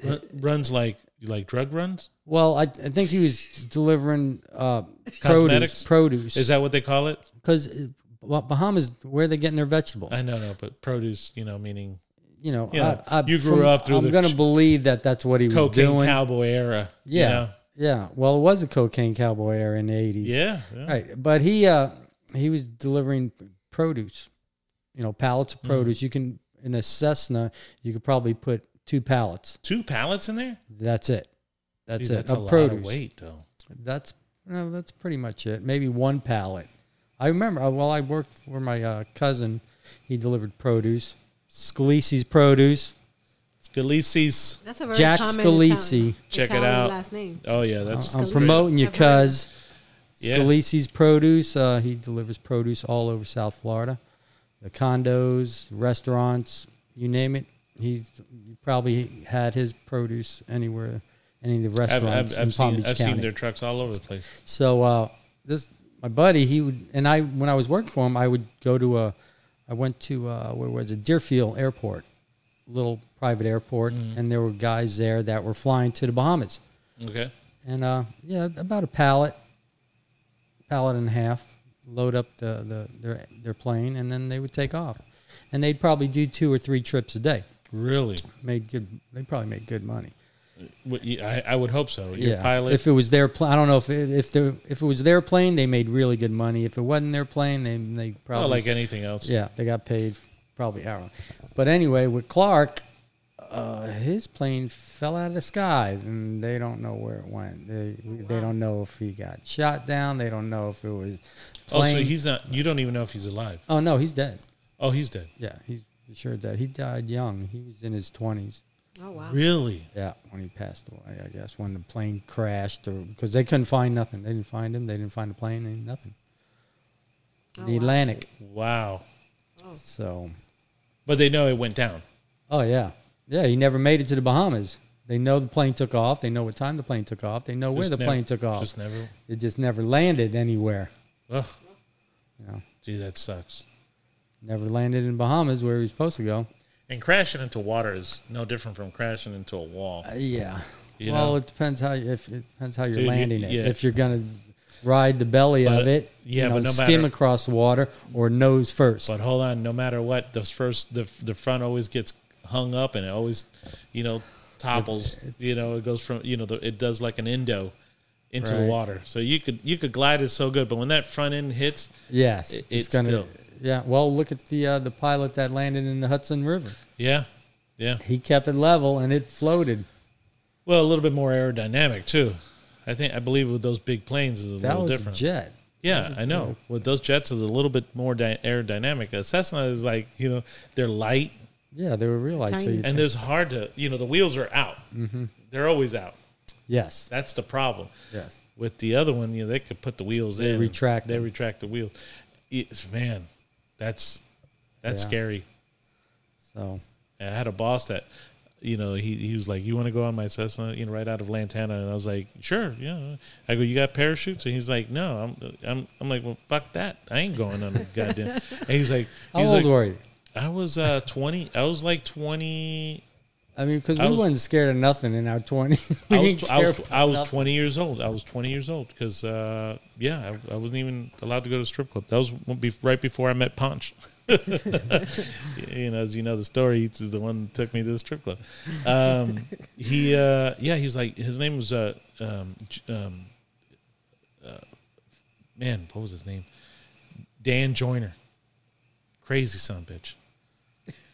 [SPEAKER 2] crazy? Run- runs like like drug runs.
[SPEAKER 4] well, I, I think he was delivering uh,
[SPEAKER 2] Cosmetics?
[SPEAKER 4] produce. Produce
[SPEAKER 2] Is that what they call it?
[SPEAKER 4] because Bahamas where they're getting their vegetables.
[SPEAKER 2] I don't know, but produce. You know, meaning
[SPEAKER 4] you know,
[SPEAKER 2] you know,
[SPEAKER 4] I, I,
[SPEAKER 2] you grew up through
[SPEAKER 4] I'm
[SPEAKER 2] the
[SPEAKER 4] gonna
[SPEAKER 2] ch-
[SPEAKER 4] believe that that's what he was
[SPEAKER 2] cocaine
[SPEAKER 4] doing.
[SPEAKER 2] cowboy era. you
[SPEAKER 4] yeah,
[SPEAKER 2] know?
[SPEAKER 4] yeah. Well, it was a cocaine cowboy era in the '80s.
[SPEAKER 2] yeah, yeah.
[SPEAKER 4] Right, but he uh he was delivering produce, you know, pallets
[SPEAKER 2] Mm-hmm.
[SPEAKER 4] of produce. You can in a Cessna, you could probably put two pallets.
[SPEAKER 2] Two pallets in there.
[SPEAKER 4] That's it. That's
[SPEAKER 2] Dude,
[SPEAKER 4] it.
[SPEAKER 2] That's a
[SPEAKER 4] of
[SPEAKER 2] lot
[SPEAKER 4] produce.
[SPEAKER 2] of weight, though.
[SPEAKER 4] That's no, that's pretty much it. Maybe one pallet. I remember. uh, Well, I worked for my uh, cousin. He delivered produce. Scalisi's produce.
[SPEAKER 2] Scalise's.
[SPEAKER 3] That's a very
[SPEAKER 4] Jack
[SPEAKER 3] common
[SPEAKER 4] Scalisi.
[SPEAKER 3] Italian,
[SPEAKER 2] Check it
[SPEAKER 3] Italian
[SPEAKER 2] out.
[SPEAKER 3] Last name.
[SPEAKER 2] Oh yeah, that's
[SPEAKER 4] I'm
[SPEAKER 3] Scalise.
[SPEAKER 4] promoting you,
[SPEAKER 3] I've heard of
[SPEAKER 4] cuz.
[SPEAKER 2] Yeah.
[SPEAKER 4] Scalisi's produce. Uh, he delivers produce all over South Florida, the condos, restaurants, you name it. He's you probably had his produce anywhere, any of the
[SPEAKER 2] I've,
[SPEAKER 4] restaurants
[SPEAKER 2] I've, I've
[SPEAKER 4] in Palm
[SPEAKER 2] seen
[SPEAKER 4] Beach
[SPEAKER 2] I've
[SPEAKER 4] County.
[SPEAKER 2] seen their trucks all over the place.
[SPEAKER 4] So uh, this my buddy, he would, and I when I was working for him, I would go to a, I went to uh, where was it Deerfield Airport, little private airport,
[SPEAKER 2] Mm.
[SPEAKER 4] and there were guys there that were flying to the Bahamas,
[SPEAKER 2] Okay,
[SPEAKER 4] and uh, yeah, about a pallet, pallet and a half, load up the, the their their plane, and then they would take off, and they'd probably do two or three trips a day.
[SPEAKER 2] really?
[SPEAKER 4] Made good, they probably made good money.
[SPEAKER 2] What- you- I, I would hope so. Your pilot.
[SPEAKER 4] If it was their plane, I don't know if it, if the if it was their plane, they made really good money. If it wasn't their plane, they they
[SPEAKER 2] oh,
[SPEAKER 4] probably
[SPEAKER 2] like anything else.
[SPEAKER 4] yeah, they got paid probably hourly. But anyway, with Clark, uh, his plane fell out of the sky, and they don't know where it went. They they don't know if he got shot down. They don't know if it was
[SPEAKER 2] Oh,
[SPEAKER 4] plane.
[SPEAKER 2] so he's not. You don't even know if he's alive.
[SPEAKER 4] oh no, he's dead.
[SPEAKER 2] Oh, he's dead.
[SPEAKER 4] Yeah, he's sure dead. He died young. He was in his twenties.
[SPEAKER 3] Oh wow.
[SPEAKER 2] Really?
[SPEAKER 4] Yeah, when he passed away, I guess when the plane crashed, or because they couldn't find nothing, they didn't find him, they didn't find the plane, they- nothing.
[SPEAKER 3] Oh,
[SPEAKER 4] the
[SPEAKER 3] wow.
[SPEAKER 4] Atlantic.
[SPEAKER 2] Wow. Oh.
[SPEAKER 4] So,
[SPEAKER 2] But they know it went down.
[SPEAKER 4] oh yeah, yeah, he never made it to the Bahamas. They know the plane took off. They know what time the plane took off. They know where
[SPEAKER 2] Just
[SPEAKER 4] the
[SPEAKER 2] never-
[SPEAKER 4] plane took off.
[SPEAKER 2] Just never.
[SPEAKER 4] it just never landed anywhere.
[SPEAKER 2] Ugh.
[SPEAKER 4] Yeah.
[SPEAKER 2] Gee, that sucks.
[SPEAKER 4] Never landed in Bahamas where he was supposed to go.
[SPEAKER 2] And crashing into water is no different from crashing into a wall.
[SPEAKER 4] Uh, yeah.
[SPEAKER 2] You
[SPEAKER 4] well,
[SPEAKER 2] know?
[SPEAKER 4] it depends how you- if it depends how you're
[SPEAKER 2] Dude, you-
[SPEAKER 4] landing it.
[SPEAKER 2] yeah.
[SPEAKER 4] If you're gonna ride the belly
[SPEAKER 2] But-
[SPEAKER 4] of it,
[SPEAKER 2] yeah,
[SPEAKER 4] you know,
[SPEAKER 2] but
[SPEAKER 4] and
[SPEAKER 2] no
[SPEAKER 4] skim
[SPEAKER 2] matter-
[SPEAKER 4] across the water or nose first.
[SPEAKER 2] But hold on, no matter what, the first the the front always gets hung up and it always, you know, topples. you know, it goes from you know the, it does like an endo into the
[SPEAKER 4] Right.
[SPEAKER 2] water. So you could you could glide it so good, but when that front end hits,
[SPEAKER 4] Yes,
[SPEAKER 2] It-
[SPEAKER 4] it's
[SPEAKER 2] it's
[SPEAKER 4] gonna.
[SPEAKER 2] still-
[SPEAKER 4] Yeah. Well, look at the uh, the pilot that landed in the Hudson River.
[SPEAKER 2] yeah, yeah.
[SPEAKER 4] He kept it level and it floated.
[SPEAKER 2] Well, a little bit more aerodynamic too. I think I believe with those big planes is a
[SPEAKER 4] That
[SPEAKER 2] little
[SPEAKER 4] was
[SPEAKER 2] different.
[SPEAKER 4] a jet.
[SPEAKER 2] Yeah, I know. Well, those jets is a little bit more dy- aerodynamic. A Cessna is like you know they're light
[SPEAKER 4] Yeah, they were real light. So
[SPEAKER 3] Tiny.
[SPEAKER 4] you,
[SPEAKER 2] and there's hard to you know the wheels are out.
[SPEAKER 4] Mm-hmm.
[SPEAKER 2] They're always out.
[SPEAKER 4] yes,
[SPEAKER 2] That's the problem.
[SPEAKER 4] yes.
[SPEAKER 2] With the other one, you know they could put the wheels in.
[SPEAKER 4] retract
[SPEAKER 2] They
[SPEAKER 4] them.
[SPEAKER 2] retract the wheel. It's man, that's that's
[SPEAKER 4] Yeah.
[SPEAKER 2] scary.
[SPEAKER 4] So
[SPEAKER 2] I had a boss that, you know, he, he was like, "You want to go on my Cessna?" You know, right out of Lantana, and I was like, "Sure, yeah." I go, "You got parachutes?" And he's like, "No." I'm I'm I'm like, "Well, fuck that. I ain't going on the goddamn." and he's like,
[SPEAKER 4] how
[SPEAKER 2] he's
[SPEAKER 4] old
[SPEAKER 2] like,
[SPEAKER 4] were you?
[SPEAKER 2] I was uh twenty. I was like twenty.
[SPEAKER 4] I mean, because
[SPEAKER 2] I
[SPEAKER 4] we
[SPEAKER 2] was-
[SPEAKER 4] weren't scared of nothing in our [laughs] twenties.
[SPEAKER 2] I was, tw- I was I was twenty years old. I was twenty years old because uh, yeah, I, I wasn't even allowed to go to strip club. That was one be- right before I met [laughs] Punch. you know, as you know the story, he's the one that took me to the strip club. Um, he uh, yeah, he's like his name was uh, um, J- um, uh, man, what was his name? Dan Joyner. Crazy son of a bitch.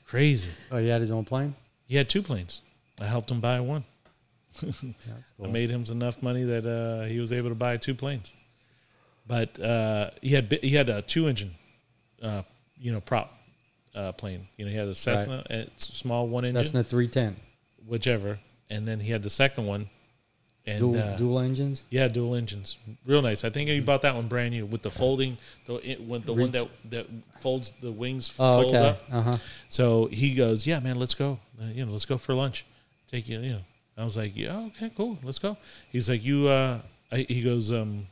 [SPEAKER 2] Crazy.
[SPEAKER 4] Oh, he had his own plane.
[SPEAKER 2] He had two planes. I helped him buy one.
[SPEAKER 4] That's
[SPEAKER 2] I
[SPEAKER 4] cool.
[SPEAKER 2] made him enough money that uh, he was able to buy two planes. But uh, he had bi- he had a two engine, uh, you know, prop uh, plane. You know, he had a Cessna, a small one engine,
[SPEAKER 4] Cessna three ten.
[SPEAKER 2] whichever, and then he had the second one, and
[SPEAKER 4] Dual
[SPEAKER 2] uh,
[SPEAKER 4] dual engines.
[SPEAKER 2] yeah, dual engines, real nice. I think he bought that one brand new with the folding, the it- with the one
[SPEAKER 4] Reach.
[SPEAKER 2] that that folds the wings
[SPEAKER 4] Oh,
[SPEAKER 2] fold
[SPEAKER 4] okay.
[SPEAKER 2] up.
[SPEAKER 4] Uh huh.
[SPEAKER 2] So he goes, "Yeah, man, let's go. Uh, you know, let's go for lunch. Take you, you know." I was like, "Yeah, okay, cool, let's go." He's like, "You," uh, I, he goes, um,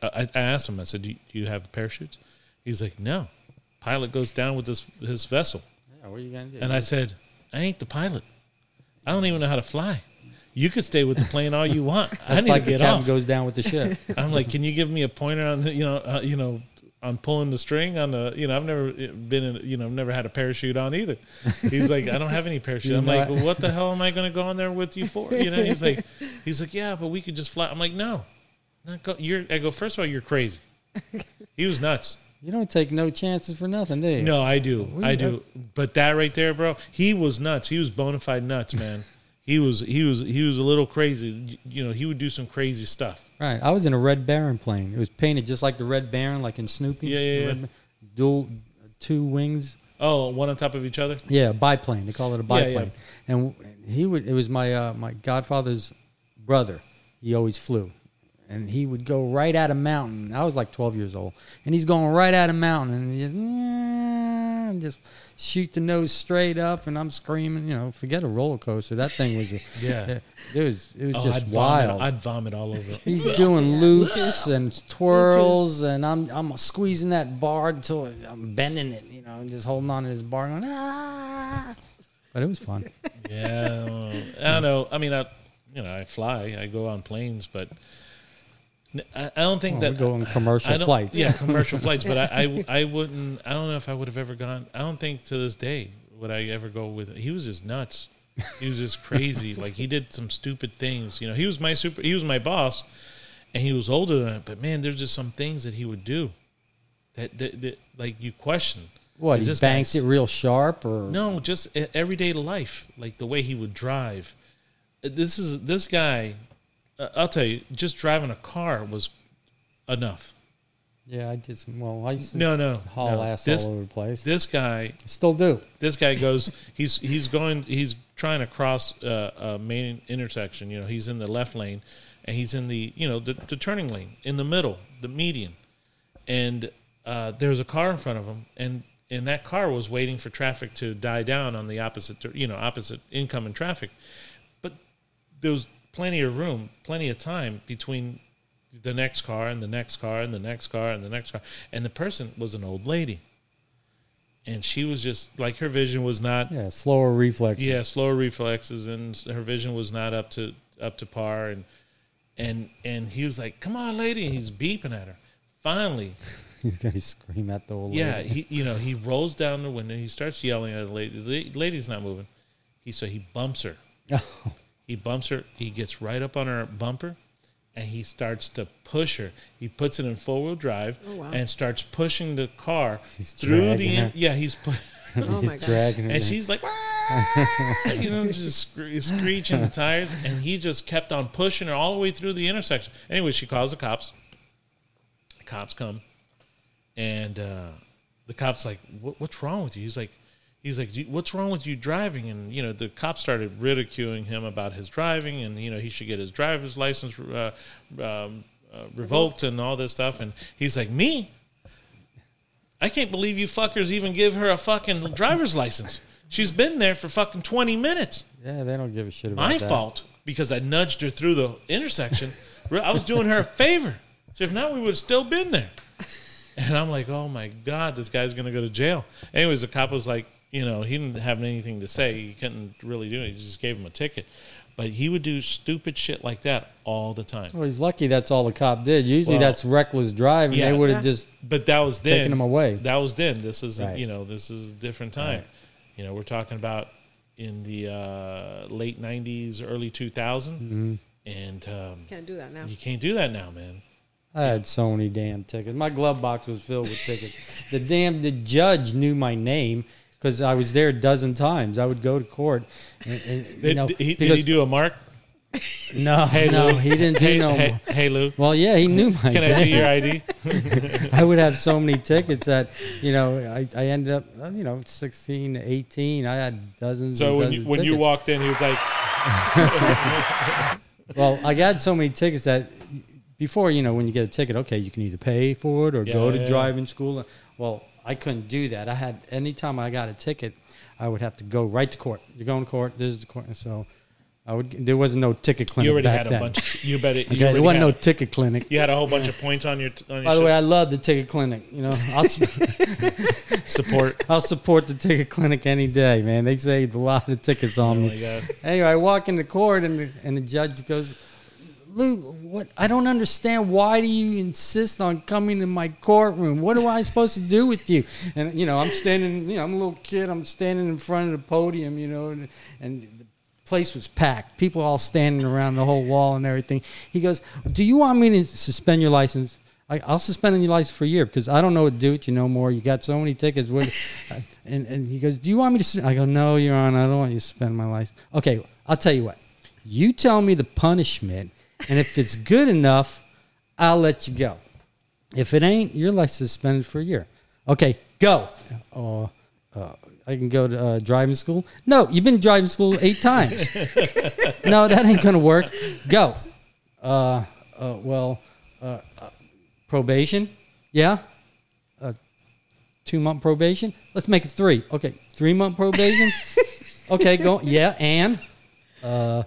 [SPEAKER 2] I, I asked him. I said, do you, "Do you have parachutes?" He's like, "No." Pilot goes down with his his vessel,
[SPEAKER 4] Yeah, what are you gonna do?
[SPEAKER 2] and I said, "I ain't the pilot. I don't even know how to fly. You could stay with the plane all you want. I
[SPEAKER 4] That's
[SPEAKER 2] need
[SPEAKER 4] like
[SPEAKER 2] to
[SPEAKER 4] the
[SPEAKER 2] get
[SPEAKER 4] captain
[SPEAKER 2] off."
[SPEAKER 4] goes down with the [laughs] ship.
[SPEAKER 2] I'm like, can you give me a pointer on the, you know, uh, you know, on pulling the string on the, you know, I've never eh, been in, you know, I've never had a parachute on either. He's like, I don't have any parachute.
[SPEAKER 4] You
[SPEAKER 2] I'm
[SPEAKER 4] know
[SPEAKER 2] like,
[SPEAKER 4] what?
[SPEAKER 2] well, what
[SPEAKER 4] [laughs]
[SPEAKER 2] the hell am I going to go on there with you for? You know, he's like, he's like, yeah, but we could just fly. I'm like, no, not go. You're, I go, first of all, you're
[SPEAKER 4] [laughs]
[SPEAKER 2] crazy. He was nuts.
[SPEAKER 4] You don't take no chances for nothing, do you?
[SPEAKER 2] No, I do.
[SPEAKER 4] We-
[SPEAKER 2] I do. But that right there, bro, he was nuts. He was bona fide nuts,
[SPEAKER 4] [laughs]
[SPEAKER 2] man. He was, he was, he was a little crazy. You know, he would do some crazy stuff.
[SPEAKER 4] Right. I was in a Red Baron plane. It was painted just like the Red Baron, like in Snoopy.
[SPEAKER 2] Yeah, yeah,
[SPEAKER 4] The
[SPEAKER 2] yeah.
[SPEAKER 4] Red Baron. Dual, two wings.
[SPEAKER 2] Oh, one on top of each other.
[SPEAKER 4] Yeah, biplane. They call it a
[SPEAKER 2] Yeah, yeah.
[SPEAKER 4] biplane. And he would. It was my uh, my godfather's brother. He always flew, and he would go right at a mountain. I was like twelve years old, and he's going right at a mountain, and he just, "Nyeh," and just shoot the nose straight up, and I'm screaming. You know, forget a roller coaster. That thing was. A,
[SPEAKER 2] [laughs] Yeah.
[SPEAKER 4] [laughs] It was. It was
[SPEAKER 2] Oh,
[SPEAKER 4] just
[SPEAKER 2] I'd
[SPEAKER 4] wild.
[SPEAKER 2] Vomit, I'd vomit all
[SPEAKER 4] [laughs]
[SPEAKER 2] over.
[SPEAKER 4] He's doing loops and twirls, and I'm I'm squeezing that bar until I'm bending it, you know, and just holding on to this bar. Going, ah. But it was fun.
[SPEAKER 2] [laughs] yeah, well, I don't know. I mean, I you know, I fly, I go on planes, but n- I, I don't think
[SPEAKER 4] Well,
[SPEAKER 2] that
[SPEAKER 4] Oh, we go on
[SPEAKER 2] I-
[SPEAKER 4] commercial
[SPEAKER 2] I don't-
[SPEAKER 4] flights.
[SPEAKER 2] Yeah,
[SPEAKER 4] [laughs]
[SPEAKER 2] commercial flights. But I, I, I wouldn't. I don't know if I would have ever gone. I don't think to this day would I ever go with. He was just nuts. He was just crazy. like he did some stupid things. You know, he was my super. He was my boss, and he was older than I. But man, there's just some things that he would do, that that, that like you question.
[SPEAKER 4] What
[SPEAKER 2] is
[SPEAKER 4] he
[SPEAKER 2] this guy
[SPEAKER 4] banked it real sharp, or
[SPEAKER 2] no, just e- everyday life, like the way he would drive. Uh, This is this guy. uh, I'll tell you, just driving a car was enough.
[SPEAKER 4] Yeah, I did some. Well, I used to
[SPEAKER 2] No, no,
[SPEAKER 4] haul
[SPEAKER 2] no.
[SPEAKER 4] ass
[SPEAKER 2] This
[SPEAKER 4] all over the place.
[SPEAKER 2] this guy,
[SPEAKER 4] Still do.
[SPEAKER 2] this guy goes. He's he's going. He's trying to cross uh, a main intersection. You know, he's in the left lane, and he's in the you know the, the turning lane in the middle, the median, and uh, there was a car in front of him, and and that car was waiting for traffic to die down on the opposite dir- you know opposite incoming traffic, but there was plenty of room, plenty of time between the next car and the next car and the next car and the next car, and the person was an old lady. And she was just like her vision was not
[SPEAKER 4] Yeah, slower reflex.
[SPEAKER 2] yeah, slower reflexes, and her vision was not up to up to par. And and and he was like, "Come on, lady!" And he's beeping at her. Finally,
[SPEAKER 4] [laughs] he's gonna scream at the old
[SPEAKER 2] yeah, [laughs]
[SPEAKER 4] lady. [laughs]
[SPEAKER 2] he you know he rolls down the window. He starts yelling at the lady. The lady's not moving. He so he bumps her.
[SPEAKER 3] Oh
[SPEAKER 2] He bumps her. He gets right up on her bumper, and he starts to push her. He puts it in four wheel drive
[SPEAKER 3] wow.
[SPEAKER 2] and starts pushing the car
[SPEAKER 4] He's
[SPEAKER 2] through the
[SPEAKER 4] dragging her.
[SPEAKER 2] yeah. He's pu- [laughs]
[SPEAKER 3] Oh my
[SPEAKER 4] he's
[SPEAKER 3] gosh.
[SPEAKER 4] dragging her.
[SPEAKER 2] and
[SPEAKER 4] down.
[SPEAKER 2] she's like, you know, just scre- screeching the tires. And he just kept on pushing her all the way through the intersection. Anyway, she calls the cops. cops come, and uh, the cops like, what, "What's wrong with you?" He's like, "He's like, "You- what's wrong with you driving?" And you know, the cops started ridiculing him about his driving, and you know, he should get his driver's license uh, um, uh, revoked and all this stuff. And he's like, "Me." I can't believe you fuckers even give her a fucking driver's license. She's been there for fucking 20 minutes.
[SPEAKER 4] Yeah, they don't give a shit about
[SPEAKER 2] My
[SPEAKER 4] that.
[SPEAKER 2] fault because I nudged her through the intersection. I was doing her a favor. If not, we would have still been there. And I'm like, oh my God, this guy's going to go to jail. Anyways, the cop was like, you know, he didn't have anything to say. He couldn't really do it. He just gave him a ticket. But he would do stupid shit like that all the time.
[SPEAKER 4] Well, he's lucky that's all the cop did. Usually
[SPEAKER 2] Well-
[SPEAKER 4] that's reckless drive, and
[SPEAKER 2] Yeah.
[SPEAKER 4] they would have
[SPEAKER 3] Yeah.
[SPEAKER 4] just
[SPEAKER 2] But that was then
[SPEAKER 4] Taking 'em away.
[SPEAKER 2] That was then. This is
[SPEAKER 4] Right.
[SPEAKER 2] you know this is a different time. You know we're talking about in the uh, late '90s, early 2000,
[SPEAKER 4] Mm-hmm.
[SPEAKER 2] and um,
[SPEAKER 3] Can't do that now.
[SPEAKER 2] you can't do that now, man.
[SPEAKER 4] I had so many damn tickets. My glove box was filled with tickets. The damn the judge knew my name because I was there a dozen times. I would go to court. And, and, you
[SPEAKER 2] Did,
[SPEAKER 4] know,
[SPEAKER 2] did he, did
[SPEAKER 4] because-
[SPEAKER 2] he do a mark?
[SPEAKER 4] no, no,
[SPEAKER 2] Lou.
[SPEAKER 4] he didn't do
[SPEAKER 2] hey,
[SPEAKER 4] no.
[SPEAKER 2] Hey, hey,
[SPEAKER 4] [laughs]
[SPEAKER 2] Lou,
[SPEAKER 4] Well, yeah, he knew my
[SPEAKER 2] can I
[SPEAKER 4] name.
[SPEAKER 2] see your ID?
[SPEAKER 4] [laughs] I would have so many tickets that you know I, I ended up uh, you know 16, 18. I had dozens.
[SPEAKER 2] So
[SPEAKER 4] and
[SPEAKER 2] when
[SPEAKER 4] dozens
[SPEAKER 2] you,
[SPEAKER 4] of
[SPEAKER 2] when you
[SPEAKER 4] tickets.
[SPEAKER 2] walked in, he was like,
[SPEAKER 4] Well, I got so many tickets that before, you know, when you get a ticket, okay, you can either pay for it or
[SPEAKER 2] Yeah,
[SPEAKER 4] go to
[SPEAKER 2] yeah, yeah.
[SPEAKER 4] driving school. Well, I couldn't do that. I had anytime I got a ticket, I would have to go right to court. You're going to court. This is the court. And so I would. There was no ticket clinic.
[SPEAKER 2] you already
[SPEAKER 4] back
[SPEAKER 2] had a
[SPEAKER 4] then.
[SPEAKER 2] bunch. Of, you bet it. You,
[SPEAKER 4] Okay, there
[SPEAKER 2] already
[SPEAKER 4] wasn't no
[SPEAKER 2] had,
[SPEAKER 4] ticket clinic.
[SPEAKER 2] you had a whole bunch of points on your t- on your
[SPEAKER 4] By the
[SPEAKER 2] shit.
[SPEAKER 4] way, I love the ticket clinic. You know, I'll, su- [laughs]
[SPEAKER 2] support.
[SPEAKER 4] I'll support the ticket clinic any day, man. They saved a lot of tickets on
[SPEAKER 2] Oh
[SPEAKER 4] me.
[SPEAKER 2] my god.
[SPEAKER 4] [laughs] Anyway, I walk into court and the, and the judge goes, Lou, what? I don't understand. Why do you insist on coming to my courtroom? What am I supposed to do with you? And you know, I'm standing. You know, I'm a little kid. I'm standing in front of the podium. You know, and, and the place was packed. People all standing around the whole wall and everything. He goes, "Do you want me to suspend your license?" I, I'll suspend your license for a year because I don't know what to do with you no more. You got so many tickets. What, and, and he goes, Do you want me to? sus-" I go, No, Your Honor, I don't want you to suspend my license. Okay, I'll tell you what. You tell me the punishment, and if it's good enough, I'll let you go. If it ain't, your license suspended for a year. Okay, go. Uh, uh, I can go to uh, driving school. No, you've been driving school eight times. no, that ain't gonna work. Go. Uh, uh, well, uh, uh, probation. Yeah. Uh, two month probation. Let's make it three. Okay, three month probation. okay, go. Yeah, and uh,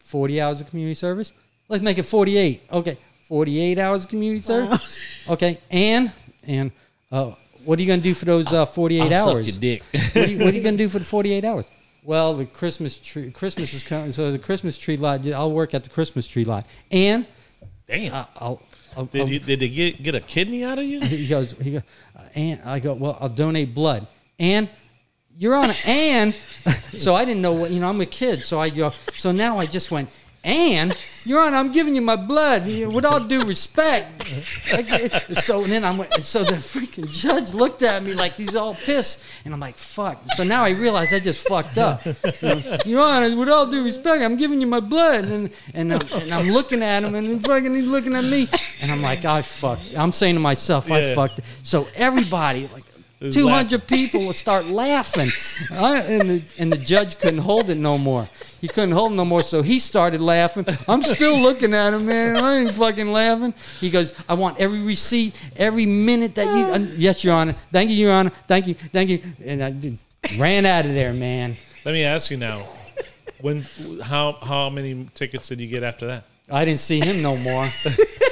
[SPEAKER 4] 40 hours of community service. Let's make it 48. Okay, 48 hours of community service. Okay, and and uh, what are you going to do for those uh, 48 hours?
[SPEAKER 2] dick.
[SPEAKER 4] what, are you, what are you going to do for the 48 hours? Well, the Christmas tree, Christmas is coming, so the Christmas tree lot. I'll work at the Christmas tree lot, and
[SPEAKER 2] Damn.
[SPEAKER 4] I- I'll. I'll,
[SPEAKER 2] did
[SPEAKER 4] I'll
[SPEAKER 2] you, did they get get a kidney out of you?
[SPEAKER 4] he goes, he goes, and I go, well, I'll donate blood. And you're on, and so I didn't know what, you know, I'm a kid. So I go, so now I just went, and you're on, I'm giving you my blood with all due respect. Like, so then I'm, so the freaking judge looked at me like he's all pissed. And I'm like, fuck. So now I realize I just fucked up. Your Honor, with all due respect, I'm giving you my blood, and and I'm, and I'm looking at him, and then fucking he's looking at me, and I'm like, I fucked. I'm saying to myself, I
[SPEAKER 2] Yeah.
[SPEAKER 4] fucked. So everybody, like
[SPEAKER 2] Who's
[SPEAKER 4] 200 people, would start laughing, I, and the, and the judge couldn't hold it no more. He couldn't hold it no more, so he started laughing. I'm still looking at him, man. I ain't fucking laughing. He goes, I want every receipt, every minute that you. uh, yes, Your Honor. Thank you, Your Honor. Thank you, thank you. And I did- ran out of there, man.
[SPEAKER 2] Let me ask you now. When how how many tickets did you get after that?
[SPEAKER 4] I didn't see him no more. [laughs]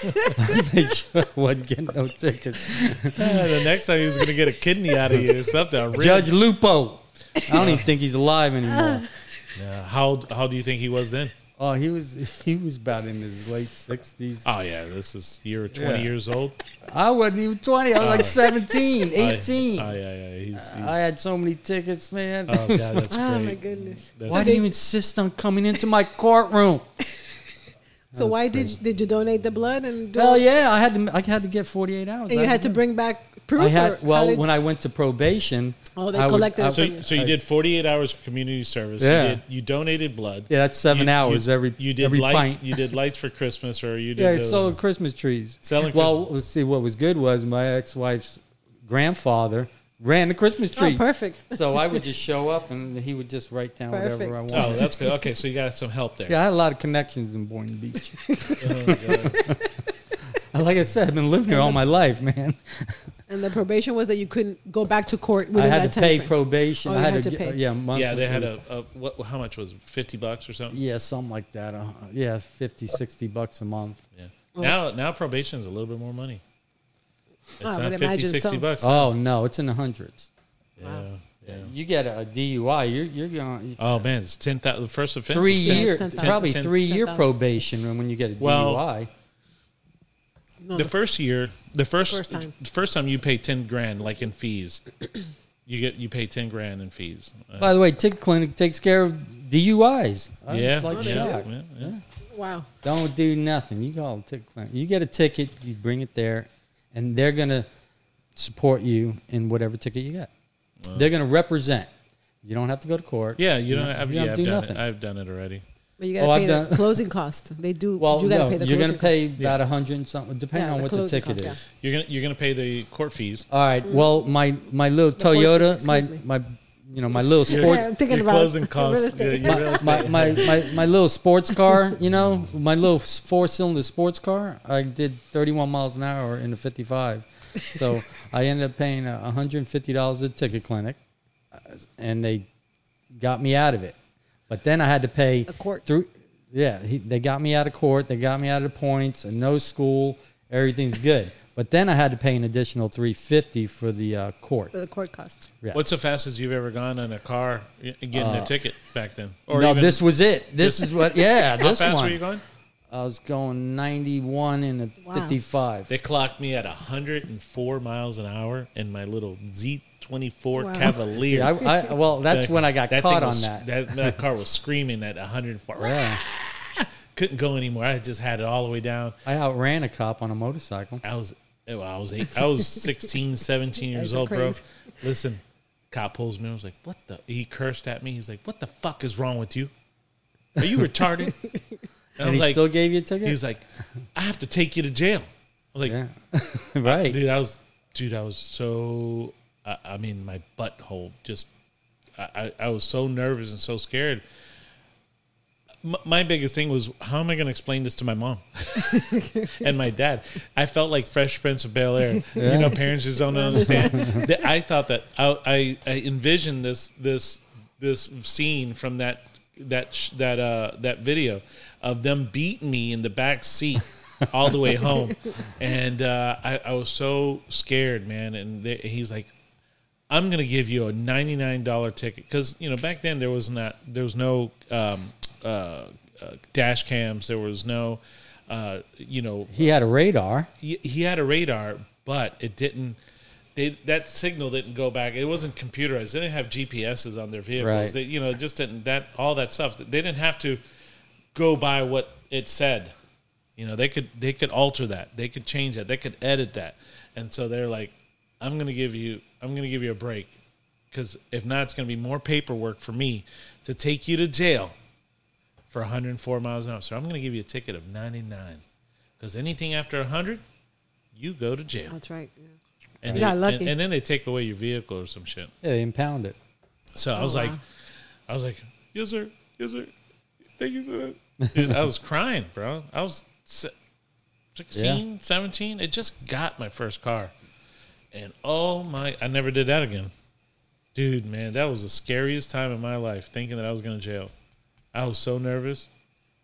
[SPEAKER 4] Make sure I wasn't getting no tickets.
[SPEAKER 2] [laughs] Yeah, the next time he was gonna get a kidney out of you or something. a rib.
[SPEAKER 4] Judge Lupo. I don't even think he's alive anymore.
[SPEAKER 2] Yeah, how how do you think he was then?
[SPEAKER 4] Oh, he was [laughs] he was about in his late sixties.
[SPEAKER 2] Oh yeah, this is you're 20
[SPEAKER 4] Yeah.
[SPEAKER 2] years old.
[SPEAKER 4] I wasn't even twenty. I was like 17,
[SPEAKER 2] Uh, I-
[SPEAKER 4] 18.
[SPEAKER 2] Oh
[SPEAKER 4] I,
[SPEAKER 2] yeah, yeah. He's, he's,
[SPEAKER 4] had so many tickets, man.
[SPEAKER 2] oh god,
[SPEAKER 4] [laughs]
[SPEAKER 2] that's
[SPEAKER 3] Oh
[SPEAKER 2] great.
[SPEAKER 3] my goodness.
[SPEAKER 2] That's-
[SPEAKER 3] [laughs]
[SPEAKER 4] Why do you insist on coming into my courtroom?
[SPEAKER 3] So why did did you donate the blood and do
[SPEAKER 4] Well,
[SPEAKER 3] it?
[SPEAKER 4] yeah, I had to. I had to get forty eight hours.
[SPEAKER 3] And you
[SPEAKER 4] I
[SPEAKER 3] had to bring back proof.
[SPEAKER 4] I
[SPEAKER 3] or
[SPEAKER 4] had.
[SPEAKER 3] how
[SPEAKER 4] Well,
[SPEAKER 3] did-
[SPEAKER 4] when I went to probation.
[SPEAKER 3] Oh, they
[SPEAKER 4] I would-
[SPEAKER 3] collected
[SPEAKER 4] I-
[SPEAKER 3] it
[SPEAKER 2] So, you- so you did 48 hours of community service.
[SPEAKER 4] Yeah.
[SPEAKER 2] You, did, you donated blood.
[SPEAKER 4] Yeah, that's seven
[SPEAKER 2] You-
[SPEAKER 4] hours
[SPEAKER 2] you-
[SPEAKER 4] every-
[SPEAKER 2] You did
[SPEAKER 4] every
[SPEAKER 2] lights.
[SPEAKER 4] pint.
[SPEAKER 2] You did lights for Christmas, or you did.
[SPEAKER 4] Yeah,
[SPEAKER 2] the-
[SPEAKER 4] selling Christmas trees.
[SPEAKER 2] Selling
[SPEAKER 4] well,
[SPEAKER 2] Christmas-
[SPEAKER 4] let's see. What was good was my ex-wife's grandfather ran the Christmas
[SPEAKER 3] oh,
[SPEAKER 4] tree.
[SPEAKER 3] perfect.
[SPEAKER 4] So I would just show up, and he would just write down
[SPEAKER 3] Perfect.
[SPEAKER 4] whatever I wanted.
[SPEAKER 2] oh, that's good. Okay, so you got some help there.
[SPEAKER 4] Yeah, I had a lot of connections in Boynton
[SPEAKER 3] [laughs]
[SPEAKER 4] Beach.
[SPEAKER 2] Oh, God.
[SPEAKER 4] And like I said, I've been living here all my life, man.
[SPEAKER 3] And the probation was that you couldn't go back to court
[SPEAKER 4] I
[SPEAKER 3] within
[SPEAKER 4] had
[SPEAKER 3] that
[SPEAKER 4] to
[SPEAKER 3] time
[SPEAKER 4] pay
[SPEAKER 3] frame.
[SPEAKER 4] probation.
[SPEAKER 3] Oh,
[SPEAKER 4] I
[SPEAKER 3] you
[SPEAKER 4] had,
[SPEAKER 3] had
[SPEAKER 4] to,
[SPEAKER 3] to
[SPEAKER 4] get-
[SPEAKER 3] pay.
[SPEAKER 4] yeah, monthly.
[SPEAKER 2] yeah, they had a, a what? How much was it? 50 bucks or something?
[SPEAKER 4] yeah, something like that. Uh, yeah, 50, 60 bucks a month.
[SPEAKER 2] Yeah. Now, now probation is a little bit more money. It's
[SPEAKER 3] I
[SPEAKER 2] not
[SPEAKER 3] would
[SPEAKER 2] 50,
[SPEAKER 3] imagine
[SPEAKER 2] 60
[SPEAKER 3] so.
[SPEAKER 2] bucks.
[SPEAKER 4] Oh no, it's in the hundreds.
[SPEAKER 2] yeah, yeah.
[SPEAKER 4] You get a DUI, you're you're going
[SPEAKER 2] Oh man, it's ten thousand. The first offense.
[SPEAKER 4] three
[SPEAKER 2] is 10
[SPEAKER 4] year,
[SPEAKER 3] ten-
[SPEAKER 4] probably
[SPEAKER 2] ten-
[SPEAKER 4] three year
[SPEAKER 3] 10,000.
[SPEAKER 4] probation when you get a
[SPEAKER 2] Well,
[SPEAKER 4] DUI.
[SPEAKER 3] No,
[SPEAKER 2] the
[SPEAKER 3] the-
[SPEAKER 2] first year, the first
[SPEAKER 3] First time.
[SPEAKER 2] the first time you pay ten grand, like in fees, you get you pay ten grand in fees. Uh,
[SPEAKER 4] By the way, Tick Clinic takes care of DUIs. I was
[SPEAKER 2] yeah,
[SPEAKER 4] like
[SPEAKER 2] yeah,
[SPEAKER 4] shocked.
[SPEAKER 2] yeah, yeah.
[SPEAKER 3] wow.
[SPEAKER 4] Don't do nothing. You call Tick Clinic. You get a ticket, you bring it there, and they're gonna support you in whatever ticket you get. They're gonna represent. You don't have to go to court.
[SPEAKER 2] Yeah, you don't. I've,
[SPEAKER 4] you don't
[SPEAKER 2] yeah, I've
[SPEAKER 4] do
[SPEAKER 2] done
[SPEAKER 4] nothing.
[SPEAKER 2] it. I've done it already.
[SPEAKER 3] But you got to
[SPEAKER 4] Oh, I've
[SPEAKER 3] pay the
[SPEAKER 4] done-
[SPEAKER 3] closing cost. They do.
[SPEAKER 4] Well,
[SPEAKER 3] you got to
[SPEAKER 4] no,
[SPEAKER 3] pay the.
[SPEAKER 4] you're
[SPEAKER 3] closing
[SPEAKER 4] gonna pay about a hundred and something, depending
[SPEAKER 3] Yeah,
[SPEAKER 4] on
[SPEAKER 3] the
[SPEAKER 4] what the
[SPEAKER 3] closing
[SPEAKER 4] ticket
[SPEAKER 3] cost, Mm.
[SPEAKER 4] is.
[SPEAKER 3] yeah.
[SPEAKER 2] You're gonna you're gonna pay the court fees.
[SPEAKER 4] All right. Well, my my little
[SPEAKER 3] point
[SPEAKER 4] Toyota,
[SPEAKER 3] is-
[SPEAKER 4] my
[SPEAKER 3] excuse me.
[SPEAKER 4] my you know my little
[SPEAKER 3] Cost.
[SPEAKER 4] sports
[SPEAKER 3] Yeah, I'm thinking
[SPEAKER 2] your
[SPEAKER 3] about
[SPEAKER 2] closing
[SPEAKER 3] [laughs] real
[SPEAKER 2] costs. Yeah,
[SPEAKER 3] estate.
[SPEAKER 2] your real estate.
[SPEAKER 4] my, my, my, my little sports car. You know my little four cylinder sports car. I did 31 miles an hour in a 55, so I ended up paying uh, 150 dollars at ticket clinic, uh, and they got me out of it. But then I had to pay
[SPEAKER 3] A court.
[SPEAKER 4] Through, yeah, he, they got me out of court. They got me out of the points and no school. Everything's good. But then I had to pay an additional 350 for the uh, court.
[SPEAKER 3] For the court cost.
[SPEAKER 4] Yeah.
[SPEAKER 2] What's the fastest you've ever gone in a car y- getting a ticket back then? Or
[SPEAKER 4] Uh, no,
[SPEAKER 2] even-
[SPEAKER 4] this was it. This is what.
[SPEAKER 2] [laughs]
[SPEAKER 4] Yeah,
[SPEAKER 2] how
[SPEAKER 4] this
[SPEAKER 2] fast
[SPEAKER 4] one.
[SPEAKER 2] were you going?
[SPEAKER 4] I was going 91 and a
[SPEAKER 3] Wow.
[SPEAKER 4] 55.
[SPEAKER 2] They clocked me at 104 miles an hour in my little Z24
[SPEAKER 3] Wow.
[SPEAKER 2] Cavalier.
[SPEAKER 4] Yeah, I,
[SPEAKER 2] [laughs]
[SPEAKER 4] I, well, that's
[SPEAKER 2] That-
[SPEAKER 4] when I got
[SPEAKER 2] that
[SPEAKER 4] caught
[SPEAKER 2] thing
[SPEAKER 4] on
[SPEAKER 2] was-
[SPEAKER 4] that.
[SPEAKER 2] that.
[SPEAKER 4] [laughs]
[SPEAKER 2] That car was screaming at 104.
[SPEAKER 4] Yeah,
[SPEAKER 2] Couldn't go anymore. I just had it all the way down.
[SPEAKER 4] I outran a cop on a motorcycle.
[SPEAKER 2] I was well, I was eight, I
[SPEAKER 4] [laughs]
[SPEAKER 2] was 16, 17 years
[SPEAKER 3] Guys are
[SPEAKER 2] old, bro.
[SPEAKER 3] crazy.
[SPEAKER 2] Listen, cop pulls me. I was like, "What the?" He cursed at me. He's like, "What the fuck is wrong with you? Are you
[SPEAKER 4] [laughs]
[SPEAKER 2] retarded?" And, I
[SPEAKER 4] And
[SPEAKER 2] was
[SPEAKER 4] he
[SPEAKER 2] like,
[SPEAKER 4] still gave you a ticket?
[SPEAKER 2] "He's like, I have to take you to jail." I'm like,
[SPEAKER 4] yeah. [laughs] right.
[SPEAKER 2] dude, I was, dude, I was so, I, I mean, my butthole just, I, I, I was so nervous and so scared. M- my biggest thing was, how am I going to explain this to my mom [laughs] and my dad? I felt like Fresh Prince of Bel Air. You know, parents just don't understand. That- I thought that I, I, I envisioned this, this, this scene from that. That sh- that uh that video of them beating me in the back seat all the way home. And uh, I, I was so scared, man. And they, he's like, I'm gonna give you a $99 ticket because you know back then there was not there was no um, uh, uh, dash cams, there was no uh, you know
[SPEAKER 4] He had a radar.
[SPEAKER 2] he, he had a radar, but it didn't. They, that signal didn't go back. It wasn't computerized. They didn't have GPSs on their vehicles.
[SPEAKER 4] Right.
[SPEAKER 2] They, you know, it just didn't that all that stuff. They didn't have to go by what it said. You know, they could they could alter that. They could change that. They could edit that. And so they're like, I'm gonna give you I'm gonna give you a break because if not, it's gonna be more paperwork for me to take you to jail for 104 miles an hour. So I'm gonna give you a ticket of 99 because anything after 100, you go to jail.
[SPEAKER 3] That's right. yeah.
[SPEAKER 2] And
[SPEAKER 3] You
[SPEAKER 2] they-
[SPEAKER 3] got lucky.
[SPEAKER 2] And, and then they take away your vehicle or some shit.
[SPEAKER 4] Yeah, they impound it.
[SPEAKER 2] So
[SPEAKER 4] Oh,
[SPEAKER 2] I was like,
[SPEAKER 3] wow.
[SPEAKER 2] I was like, yes sir, yes sir, thank you
[SPEAKER 4] [laughs]
[SPEAKER 2] sir. Dude, I was crying, bro. I was se- 16, 17. It just got my first car, and oh my, I never did that again. Dude, man, that was the scariest time in my life. Thinking that I was going to jail, I was so nervous.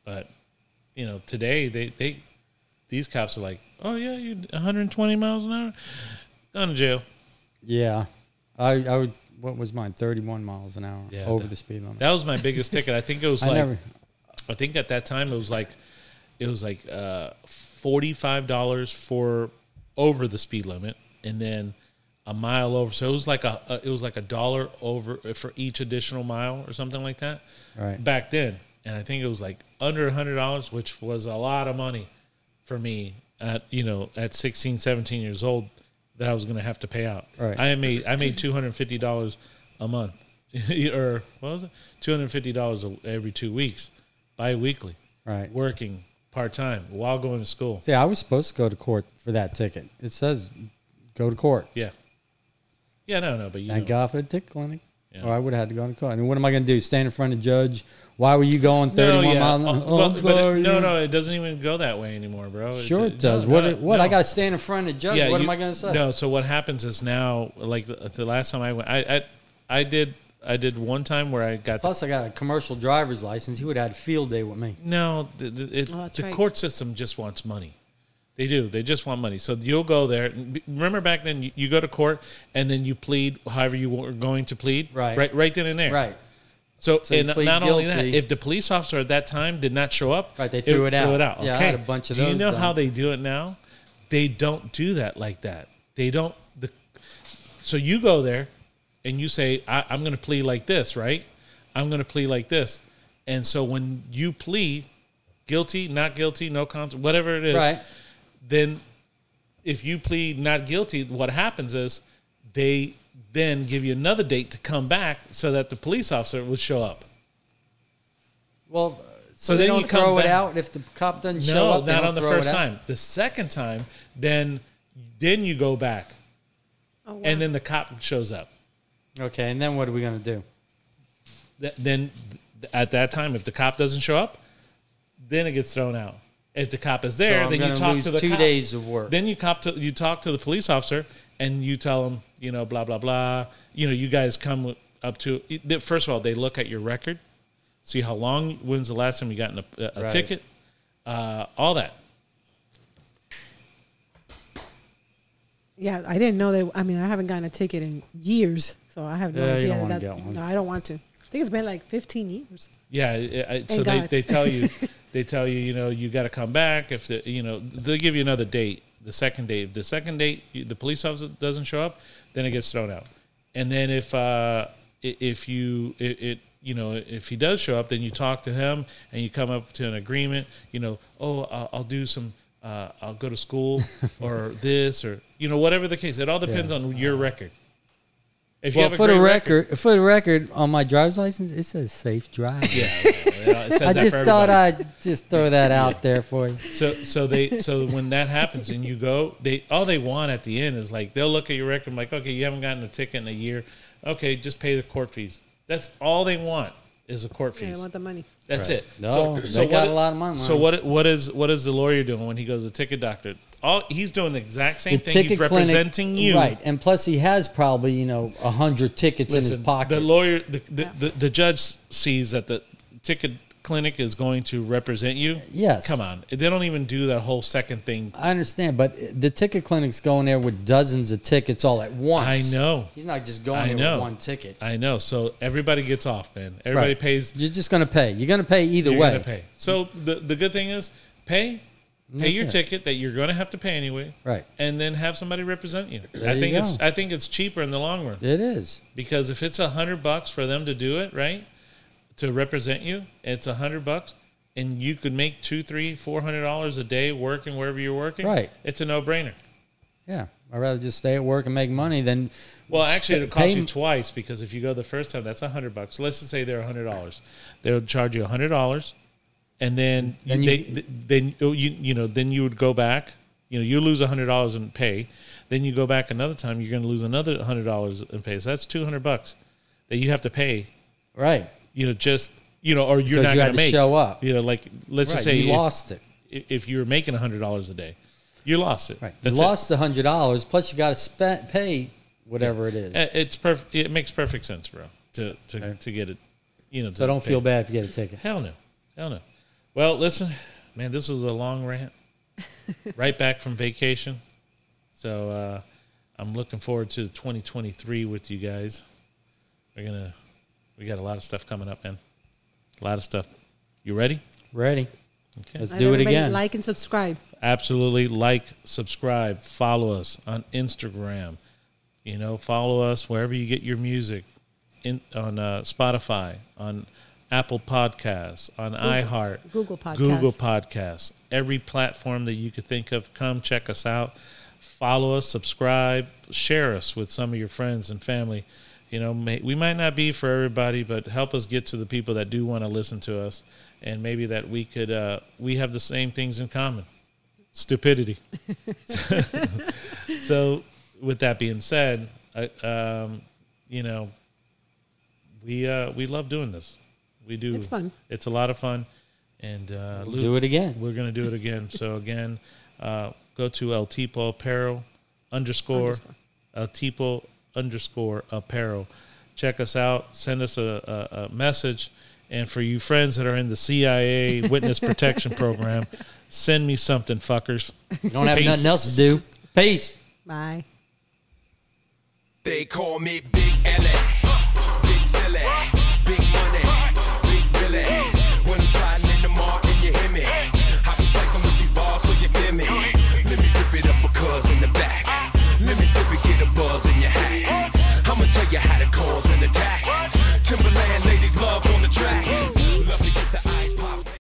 [SPEAKER 2] But you know, today they they these cops are like, oh yeah, you 120 miles an hour, going to jail.
[SPEAKER 4] Yeah. I, I would, what was mine? 31 miles an hour
[SPEAKER 2] Yeah,
[SPEAKER 4] over
[SPEAKER 2] that-
[SPEAKER 4] the speed limit.
[SPEAKER 2] That was my biggest ticket. I think it was
[SPEAKER 4] [laughs] I
[SPEAKER 2] like
[SPEAKER 4] never,
[SPEAKER 2] I think at that time it was like it was like uh, forty five dollars for over the speed limit, and then a mile over. So it was like a, a it was like a dollar over for each additional mile or something like that.
[SPEAKER 4] Right.
[SPEAKER 2] Back then, and I think it was like under a hundred dollars, which was a lot of money for me at you know at 16, 17 years old that I was going to have to pay out.
[SPEAKER 4] Right.
[SPEAKER 2] I made I made two hundred fifty dollars a month, [laughs] or what was it? Two hundred fifty dollars every two weeks, bi-weekly,
[SPEAKER 4] Right.
[SPEAKER 2] working part time while going to school.
[SPEAKER 4] See, I was supposed to go to court for that ticket. It says go to court.
[SPEAKER 2] Yeah, yeah, no, no, but you
[SPEAKER 4] Thank
[SPEAKER 2] know,
[SPEAKER 4] God for the tick clinic.
[SPEAKER 2] Yeah.
[SPEAKER 4] Or I would have had to go to court. I mean, what am I going to do? Stand in front of the judge? Why were you going 31 miles?
[SPEAKER 2] Oh,
[SPEAKER 4] an-
[SPEAKER 2] well,
[SPEAKER 4] I'm
[SPEAKER 2] but it-
[SPEAKER 4] sorry.
[SPEAKER 2] no, no, it doesn't even go that way anymore, bro.
[SPEAKER 4] Sure it does.
[SPEAKER 2] no,
[SPEAKER 4] what?
[SPEAKER 2] no,
[SPEAKER 4] what? I
[SPEAKER 2] no.
[SPEAKER 4] got to stand in front of the judge. what am
[SPEAKER 2] you-
[SPEAKER 4] I going to say?
[SPEAKER 2] No. So what happens is now, like the, the last time I went, I, I I did I did one time where I got
[SPEAKER 4] Plus, I got a commercial driver's license. He would have had a field day with me.
[SPEAKER 2] no. The, the, it,
[SPEAKER 3] Oh, that's
[SPEAKER 2] the
[SPEAKER 3] right.
[SPEAKER 2] court system just wants money. They do. They just want money. So you'll go there. Remember back then, you, you go to court and then you plead however you were going to plead.
[SPEAKER 4] Right.
[SPEAKER 2] Right. Right then and there.
[SPEAKER 4] Right.
[SPEAKER 2] So,
[SPEAKER 4] you
[SPEAKER 2] and not
[SPEAKER 4] plead
[SPEAKER 2] only that,
[SPEAKER 4] guilty.
[SPEAKER 2] if the police officer at that time did not show up,
[SPEAKER 4] Right, they threw it out.
[SPEAKER 2] Threw it out.
[SPEAKER 4] Yeah, I
[SPEAKER 2] okay.
[SPEAKER 4] had a bunch of
[SPEAKER 2] do you
[SPEAKER 4] those
[SPEAKER 2] know
[SPEAKER 4] done.
[SPEAKER 2] how they do it now? They don't do that like that. They don't. The, so you go there, and you say, I, "I'm going to plead like this," right? I'm going to plead like this, and so when you plead guilty, not guilty, no cons, whatever it is,
[SPEAKER 4] Right.
[SPEAKER 2] then if you plead not guilty, what happens is they then give you another date to come back so that the police officer would show up.
[SPEAKER 4] Well, so,
[SPEAKER 2] So
[SPEAKER 4] they
[SPEAKER 2] then
[SPEAKER 4] don't
[SPEAKER 2] you come
[SPEAKER 4] throw it
[SPEAKER 2] back-
[SPEAKER 4] out if the cop doesn't show
[SPEAKER 2] No,
[SPEAKER 4] up. they
[SPEAKER 2] not
[SPEAKER 4] don't
[SPEAKER 2] on the
[SPEAKER 4] throw
[SPEAKER 2] first
[SPEAKER 4] it out.
[SPEAKER 2] time. The second time, then then you go back
[SPEAKER 3] Oh, wow.
[SPEAKER 2] and then the cop shows up.
[SPEAKER 4] Okay, and then what are we going to do?
[SPEAKER 2] Th- Then th- at that time, if the cop doesn't show up, then it gets thrown out. If the cop is there,
[SPEAKER 4] I'm
[SPEAKER 2] then you
[SPEAKER 4] gonna
[SPEAKER 2] talk
[SPEAKER 4] lose
[SPEAKER 2] to the
[SPEAKER 4] two
[SPEAKER 2] cop.
[SPEAKER 4] days of work.
[SPEAKER 2] Then you cop to you talk to the police officer and you tell him, you know, blah blah blah. You know, you guys come up to. First of all, they look at your record, see how long. When's the last time you got in a, a
[SPEAKER 4] Right.
[SPEAKER 2] ticket? Uh, all that.
[SPEAKER 3] Yeah, I didn't know that. I mean, I haven't gotten a ticket in years, so I have no
[SPEAKER 4] Yeah, you
[SPEAKER 3] idea.
[SPEAKER 4] don't
[SPEAKER 3] that
[SPEAKER 4] wanna
[SPEAKER 3] that's,
[SPEAKER 4] get one.
[SPEAKER 3] No, I don't want to. I think it's been like 15 years.
[SPEAKER 2] Yeah, I, I, so
[SPEAKER 3] Thank
[SPEAKER 2] they, they
[SPEAKER 3] God.
[SPEAKER 2] tell
[SPEAKER 4] [laughs]
[SPEAKER 2] you, they tell you, you know, you got to come back if the, you know, they'll give you another date. The second date, if the second date you- the police officer doesn't show up, then it gets thrown out. And then if uh, i- if you it, it you know if he does show up, then you talk to him and you come up to an agreement. You know, oh, I'll, I'll do some, uh, I'll go to
[SPEAKER 4] [laughs]
[SPEAKER 2] school or this or you know whatever the case. It all depends on your record. If
[SPEAKER 4] Well, for
[SPEAKER 2] a
[SPEAKER 4] the
[SPEAKER 2] great
[SPEAKER 4] record, for the record, on my driver's license, it says safe drive.
[SPEAKER 2] yeah, yeah, it says
[SPEAKER 4] [laughs] I
[SPEAKER 2] that
[SPEAKER 4] just
[SPEAKER 2] for
[SPEAKER 4] thought
[SPEAKER 2] everybody.
[SPEAKER 4] I'd just throw that out there for you.
[SPEAKER 2] So so they so when that happens and you go, they all they want at the end is like they'll look at your record and like, okay, you haven't gotten a ticket in a year. Okay, just pay the court fees. That's all they want is the court
[SPEAKER 3] Yeah, I
[SPEAKER 2] fees.
[SPEAKER 3] want the money.
[SPEAKER 2] That's it.
[SPEAKER 4] No, they got
[SPEAKER 2] what-
[SPEAKER 4] a lot of money.
[SPEAKER 2] So what what is what is the lawyer doing when he goes to ticket doctor? All he's doing the exact same thing. He's
[SPEAKER 4] clinic-
[SPEAKER 2] representing you.
[SPEAKER 4] right? And plus, he has probably you know a hundred tickets in
[SPEAKER 2] Listen,
[SPEAKER 4] his pocket.
[SPEAKER 2] The lawyer, the, the, the, the judge sees that the ticket clinic is going to represent you.
[SPEAKER 4] Yes.
[SPEAKER 2] Come on. They don't even do that whole second thing.
[SPEAKER 4] I understand, but the ticket clinic's going there with dozens of tickets all at once.
[SPEAKER 2] I know.
[SPEAKER 4] he's not just going
[SPEAKER 2] I
[SPEAKER 4] there
[SPEAKER 2] know.
[SPEAKER 4] with one ticket.
[SPEAKER 2] I know. So everybody gets off, man. Everybody
[SPEAKER 4] Right.
[SPEAKER 2] pays.
[SPEAKER 4] You're just going to pay. You're going to pay either
[SPEAKER 2] You're
[SPEAKER 4] way.
[SPEAKER 2] gonna pay. So the the good thing is pay. Pay
[SPEAKER 4] That's
[SPEAKER 2] your
[SPEAKER 4] it.
[SPEAKER 2] ticket that you're going to have to pay anyway,
[SPEAKER 4] Right.
[SPEAKER 2] And then have somebody represent you.
[SPEAKER 4] There
[SPEAKER 2] I
[SPEAKER 4] you
[SPEAKER 2] think it's
[SPEAKER 4] go.
[SPEAKER 2] I think it's cheaper in the long run
[SPEAKER 4] It is.
[SPEAKER 2] because if it's a hundred bucks for them to do it, right, to represent you, it's a hundred bucks, and you could make two, three, four hundred dollars a day working wherever you're working.
[SPEAKER 4] Right.
[SPEAKER 2] It's a no brainer.
[SPEAKER 4] Yeah, I'd rather just stay at work and make money than.
[SPEAKER 2] Well, actually, it'll
[SPEAKER 4] Pay-
[SPEAKER 2] cost you twice because if you go the first time, that's a hundred bucks. Let's just say they're a hundred dollars. They'll charge you a hundred dollars, and then
[SPEAKER 4] Then
[SPEAKER 2] they,
[SPEAKER 4] you-
[SPEAKER 2] th- then oh, you you know then you would go back. You know, you lose a hundred dollars in pay. Then you go back another time. You're going to lose another hundred dollars in pay. So that's two hundred bucks that you have to pay.
[SPEAKER 4] right.
[SPEAKER 2] You know, just you know, or you're
[SPEAKER 4] Because
[SPEAKER 2] not
[SPEAKER 4] you had
[SPEAKER 2] going
[SPEAKER 4] to
[SPEAKER 2] make.
[SPEAKER 4] show up.
[SPEAKER 2] You know, like let's
[SPEAKER 4] right.
[SPEAKER 2] just say
[SPEAKER 4] you
[SPEAKER 2] if,
[SPEAKER 4] lost it.
[SPEAKER 2] if you were making a hundred dollars a day, you lost it.
[SPEAKER 4] Right.
[SPEAKER 2] That's
[SPEAKER 4] you
[SPEAKER 2] it.
[SPEAKER 4] lost the hundred dollars. Plus, you got to spend pay whatever it is.
[SPEAKER 2] Uh, It's perfect. It makes perfect sense, bro. To to, to get it, you know.
[SPEAKER 4] So don't feel bad if you get a ticket.
[SPEAKER 2] Hell no, hell no. Well, listen, man, this was a long
[SPEAKER 4] [laughs]
[SPEAKER 2] rant. right back from vacation, so uh, I'm looking forward to 2023 with you guys. We're gonna, we got a lot of stuff coming up, man. A lot of stuff. You ready?
[SPEAKER 4] Ready?
[SPEAKER 2] Okay.
[SPEAKER 4] Let's
[SPEAKER 3] And
[SPEAKER 4] do it
[SPEAKER 3] everybody
[SPEAKER 4] again.
[SPEAKER 3] Like and subscribe.
[SPEAKER 2] absolutely like subscribe follow us on instagram you know follow us wherever you get your music in on uh, spotify on Apple Podcasts, on iHeart,
[SPEAKER 3] Google Podcasts.
[SPEAKER 2] Google Podcasts, every platform that you could think of. Come check us out. Follow us, subscribe, share us with some of your friends and family. You know, may, we might not be for everybody, but help us get to the people that do want to listen to us, and maybe that we could uh, we have the same things in common: stupidity. [laughs] so, with that being said, I, um, you know, we uh, we love doing this. We do.
[SPEAKER 3] It's fun.
[SPEAKER 2] It's a lot of fun, and uh, Lou,
[SPEAKER 4] Do it again.
[SPEAKER 2] We're gonna do it again. so again, uh, go to El Tipo Apparel underscore El Tipo underscore Apparel. Check us out. Send us a, a, a message. And for you friends that are in the CIA [laughs] Witness Protection Program, send me something, fuckers.
[SPEAKER 4] You don't have
[SPEAKER 2] Peace.
[SPEAKER 4] nothing else to do. Peace.
[SPEAKER 3] Bye.
[SPEAKER 1] They call me Big L, Big Silly,